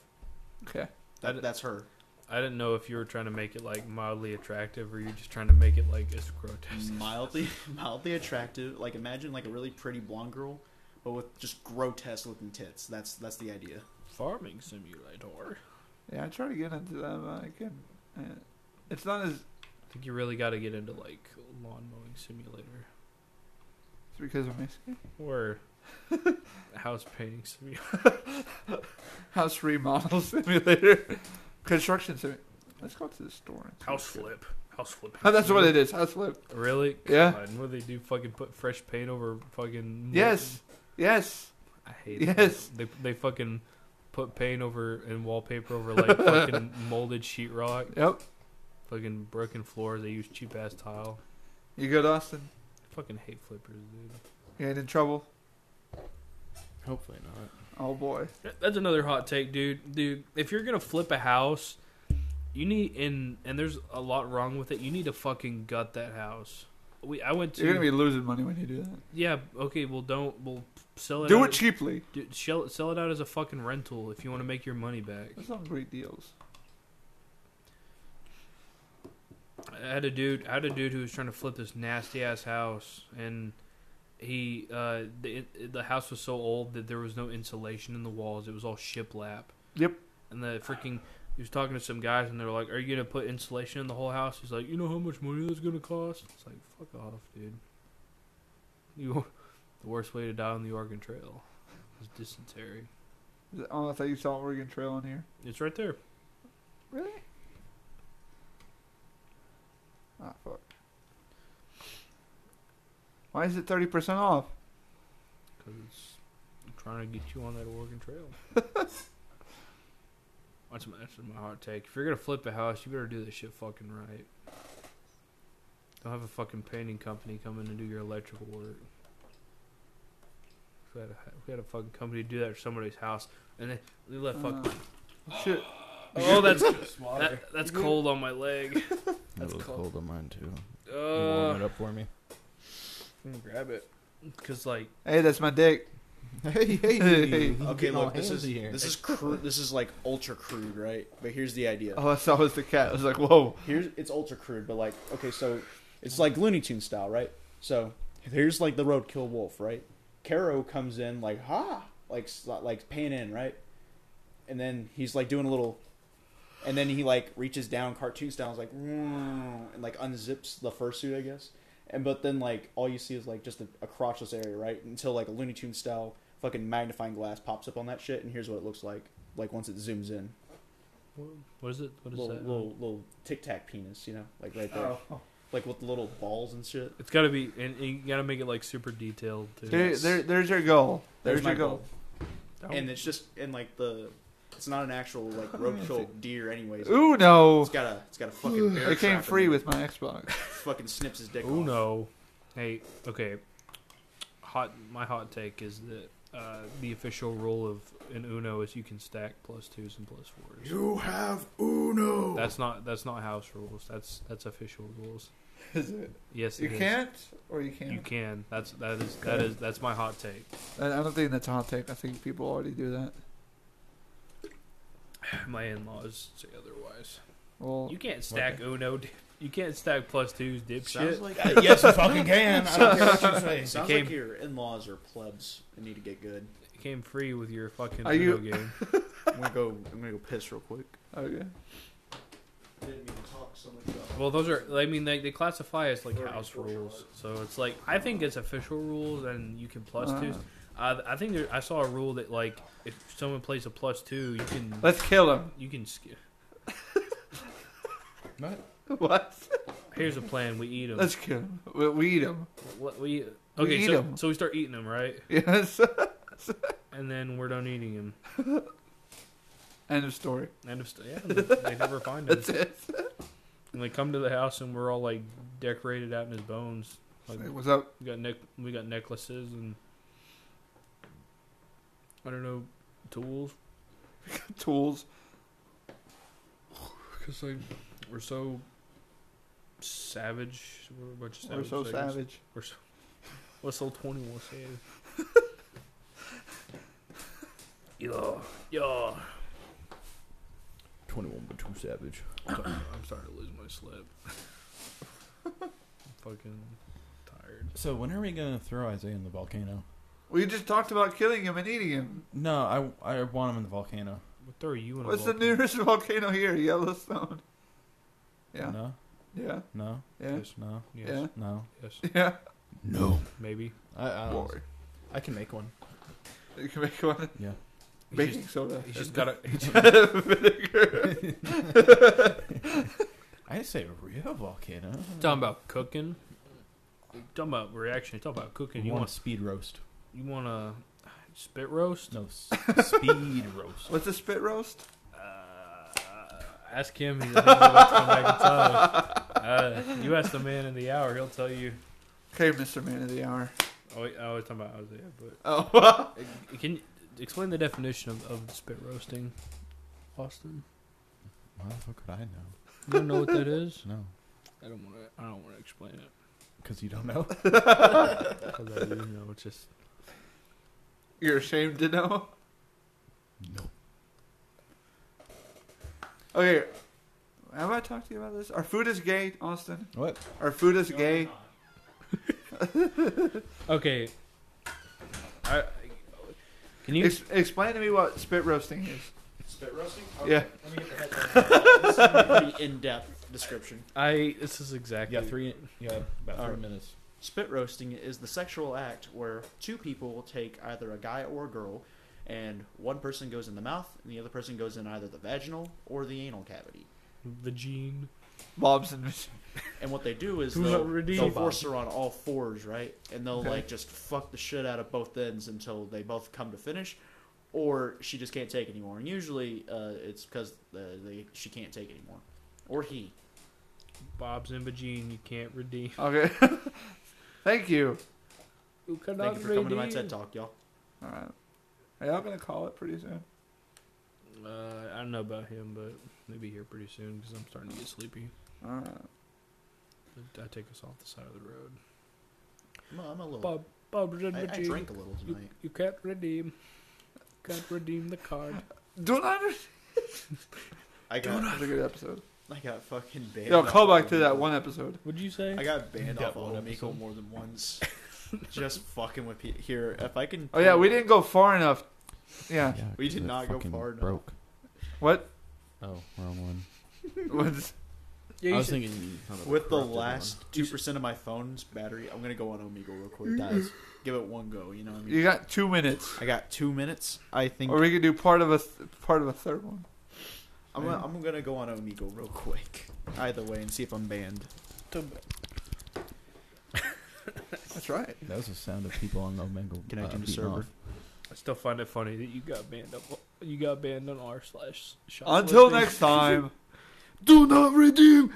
S1: Okay.
S2: That, that's her.
S3: I didn't know if you were trying to make it like mildly attractive or you're just trying to make it like as grotesque.
S2: Mildly, mildly attractive. Like imagine like a really pretty blonde girl, but with just grotesque looking tits. That's that's the idea.
S3: Farming simulator.
S1: Yeah, I try to get into them. I can. Uh, it's not as
S3: I think you really got to get into like lawn mowing simulator
S1: it's because of my skin.
S3: or house painting simulator.
S1: house remodel simulator, construction simulator. Let's go to the store. and see
S3: House
S1: what's good.
S3: flip. House flip.
S1: Oh, that's what it is. House flip.
S3: Really?
S1: Yeah.
S3: God, what do they do? Fucking put fresh paint over fucking.
S1: Yes. Yes.
S3: I hate
S1: Yes.
S3: it. They they fucking put paint over and wallpaper over like fucking molded sheetrock,
S1: Yep.
S3: fucking broken floors. They use cheap ass tile.
S1: You good, Austin?
S3: I fucking hate flippers, dude.
S1: You ain't in trouble.
S4: Hopefully not.
S1: Oh boy.
S3: That's another hot take, dude. Dude, if you're gonna flip a house, you need and and there's a lot wrong with it. You need to fucking gut that house. We I went to
S1: You're gonna be losing money when you do that.
S3: yeah okay. Well, don't we'll sell it.
S1: Do
S3: out-
S1: it cheaply.
S3: Dude, sell, sell it out as a fucking rental if you want to make your money back.
S1: There's some great deals.
S3: I had a dude, I had a dude who was trying to flip this nasty ass house, and he, uh, the it, the house was so old that there was no insulation in the walls. It was all shiplap.
S1: Yep.
S3: And the freaking, he was talking to some guys, and they're like, "Are you gonna put insulation in the whole house?" He's like, "You know how much money that's gonna cost?" It's like, "Fuck off, dude." You, the worst way to die on the Oregon Trail is dysentery.
S1: Is it- Oh, I thought you saw Oregon Trail on here.
S3: It's right there.
S1: Really? Ah, fuck. Why is it 30% off?
S3: Because it's I'm trying to get you on that Oregon Trail. that's, my, that's my hot take. If you're going to flip a house, you better do this shit fucking right. Don't have a fucking painting company come in and do your electrical work. If we had a, if we had a fucking company do that for somebody's house, and they, they let
S1: Oh.
S3: fuck.
S1: Uh. Shit.
S3: oh, that's
S9: Water.
S3: that, that's cold on my leg.
S4: That's
S3: That's
S4: it was
S3: cold.
S4: cold. on mine too. You warm
S3: Uh
S4: it up for me.
S3: 'cause like
S1: Hey, that's my dick.
S4: Hey, hey,
S1: Hey.
S4: you
S2: Okay,
S4: getting all
S2: look, this is
S4: handsy here.
S2: this is crude. This is like ultra crude, right? But here's the idea.
S1: Oh, I saw it was the cat. I was like, whoa.
S2: Here's it's ultra crude, but like okay, so it's like Looney Tune style, right? So here's like the roadkill wolf, right? Caro comes in like ha, like s- like pan in, right? And then he's like doing a little, and then he like reaches down cartoon style, is like "Woo," and like unzips the fursuit, I guess. And but then like all you see is like just a, a crotchless area, right? Until like a Looney Tune style fucking magnifying glass pops up on that shit, and here's what it looks like. Like once it zooms in,
S3: what is it? What is
S2: little,
S3: that? Oh.
S2: little little tic tac penis, you know, like right there, like with the little balls and shit.
S3: It's got to be, and, and you got to make it like super detailed. Too.
S1: There, there, there's your goal. There's, your goal.
S2: and
S3: That one-
S2: it's just and like the, it's not an actual like roadkill deer, anyways.
S1: Ooh, no.
S2: It's got a it's got a fucking. Bear
S1: It came
S2: trap in
S1: free
S2: it.
S1: with my Xbox.
S2: Fucking snips his dick.
S3: Oh
S2: off.
S3: no! Hey, okay. Hot. My hot take is that uh, the official rule of an Uno is you can stack plus twos and plus fours.
S9: You have Uno.
S3: That's not that's not house rules. That's that's official rules.
S1: Is it?
S3: Yes,
S1: You
S3: it is.
S1: can't, or you can.
S3: You can. That's that is that
S1: Okay.
S3: is that's my hot take.
S1: I I don't think that's a hot take. I think people already do that.
S3: My in laws say otherwise.
S1: Well,
S3: You can't stack Uno. dude. You can't stack plus twos, dipshit.
S9: Sounds like yes, you fucking can. I don't care what you say.
S2: Sounds
S3: It came-
S2: Uh, like your in laws are plebs and need to get good.
S3: it came free with your fucking
S1: Are
S3: Uno
S1: you-
S3: game.
S2: I'm gonna go. I'm gonna go piss real quick.
S1: okay.
S2: Didn't mean to talk so much about.
S3: Well, those are. I mean, they, they classify as like
S2: Or
S3: house
S2: cultural
S3: rules. So it's like I think it's official rules, and you can plus
S1: Uh.
S3: twos. Uh, I think there, I saw a rule that like if someone plays a plus two, you can
S1: Let's kill him.
S3: you can. sk-
S1: What?
S3: Here's a plan. We eat them.
S1: Let's kill him. We, we eat him.
S3: what we
S1: We
S3: okay.
S1: eat
S3: so,
S1: 'em.
S3: so we start eating them, right?
S1: Yes.
S3: And then we're done eating them.
S1: End of story.
S3: End of st- yeah. They never find us.
S1: That's it.
S3: And they come to the house, and we're all like decorated out in his bones. Like
S1: Hey, what's up?
S3: we got neck we got necklaces and I don't know tools.
S1: Tools.
S3: Because like we're so savage. We're a bunch of
S1: We're
S3: savage.
S1: so
S3: niggas.
S1: savage.
S3: We're so. We're so twenty one savage. yeah, yeah.
S4: 21 but too savage.
S3: I'm starting, I'm starting to lose my slip. I'm fucking tired.
S4: So when are we gonna throw Isaiah in the volcano?
S1: We just talked about killing him and eating him.
S4: No, I, I want him in the volcano.
S3: What throw you in a
S1: What's the
S3: volcano?
S1: nearest volcano here? Yellowstone. Yeah.
S4: No.
S1: Yeah.
S4: No.
S1: Yeah.
S3: Yes.
S4: No.
S3: Yes.
S1: Yeah.
S4: No.
S3: Yes.
S1: Yeah.
S4: No.
S3: Maybe.
S4: I I, don't-
S1: Glory.
S4: I can make one.
S1: You can make one
S4: Yeah.
S3: He's
S1: baking
S3: just-
S1: soda.
S3: He's just got a.
S4: I say a real volcano.
S3: Talking about cooking. Talking about reaction. Talking about cooking.
S4: you
S3: You
S4: want a
S3: want
S4: speed roast?
S3: you want a spit roast?
S4: No, s- speed roast.
S1: What's a spit roast?
S3: Uh, ask him. He'll, he'll come back and tell you. Uh, you ask the man in the hour. He'll tell you.
S1: Okay, Mr. Man of the Hour.
S3: Oh, wait, I was talking about Isaiah, but
S1: Oh,
S3: can you explain the definition of, of spit roasting, Austin?
S4: Why the fuck would I know?
S3: You don't know what that is?
S4: No,
S3: I don't want to. I don't want to explain it.
S4: because you don't know.
S3: Because I do know. It's just
S1: you're ashamed to know.
S4: No.
S1: Okay, have I talked to you about this? Our food is gay, Austin.
S4: What?
S1: Our food is gay.
S3: okay. I can you?
S1: Ex- explain to me what spit roasting is.
S9: Spit roasting?
S1: Yeah.
S9: Let me get the head
S2: This is a pretty in-depth description.
S3: I this is exactly.
S4: Yeah, three. Yeah, about three
S2: Alright.
S4: minutes.
S2: Spit roasting is the sexual act where two people take either a guy or a girl, and one person goes in the mouth, and the other person goes in either the vaginal or the anal cavity.
S3: The gene.
S1: Bob's and Mich-
S2: And what they do is
S3: Who's
S2: they'll,
S3: already-
S2: they'll force her on all fours, right? And they'll
S1: Okay.
S2: like just fuck the shit out of both ends until they both come to finish, or she just can't take anymore. And usually, uh, it's because uh, they she can't take anymore, or he.
S3: Bob's and the gene. You can't redeem.
S1: Okay. Thank you.
S3: You cannot
S2: Thank you for coming to my
S3: redeem.
S2: TED talk, y'all.
S1: All right. Hey, I'm gonna call it pretty soon.
S3: Uh, I don't know about him, but he'll be here pretty soon because I'm starting to get sleepy.
S1: All right.
S3: I take us off the side of the road.
S2: I'm a, I'm a little.
S3: Bob, Bob,
S2: I, I drink a little
S3: You,
S2: tonight.
S3: you can't redeem. Can't redeem the card.
S1: Don't understand.
S2: I got
S1: That was a good episode.
S2: I got fucking banned.
S1: Yo,
S2: off
S1: call back
S2: of
S1: to that
S2: Omegle.
S1: one episode.
S3: Would you say?
S2: I got banned
S4: Got
S2: off
S4: one
S2: of Omegle
S4: episode.
S2: more than once. Just fucking with people. Here, if I can.
S1: Oh yeah, we didn't go far enough. Yeah.
S2: We did not go far enough.
S4: Broke.
S1: What?
S4: Oh, wrong one.
S1: What's-
S3: yeah,
S4: I
S3: you
S4: was
S3: should-
S4: thinking you thought of a
S2: With the
S4: corrupted one.
S2: last two percent of my phone's battery, I'm gonna go on Omegle real quick, guys. Give it one go. You know what I mean?
S1: Mm. you got two minutes,
S2: I got two minutes. I think
S1: or we could do part of a th- part of a third one.
S2: I'm, gonna, I'm gonna go on Omegle real quick. Either way, and see if I'm banned.
S1: That's right.
S4: That was the sound of people on Omegle.
S2: Can I
S4: uh,
S2: do the
S4: beating
S2: server?
S4: off.
S3: I still find it funny that you got banned up. You got banned on r slash.
S1: Until
S3: shoplifting.
S1: next time.
S3: Do not redeem.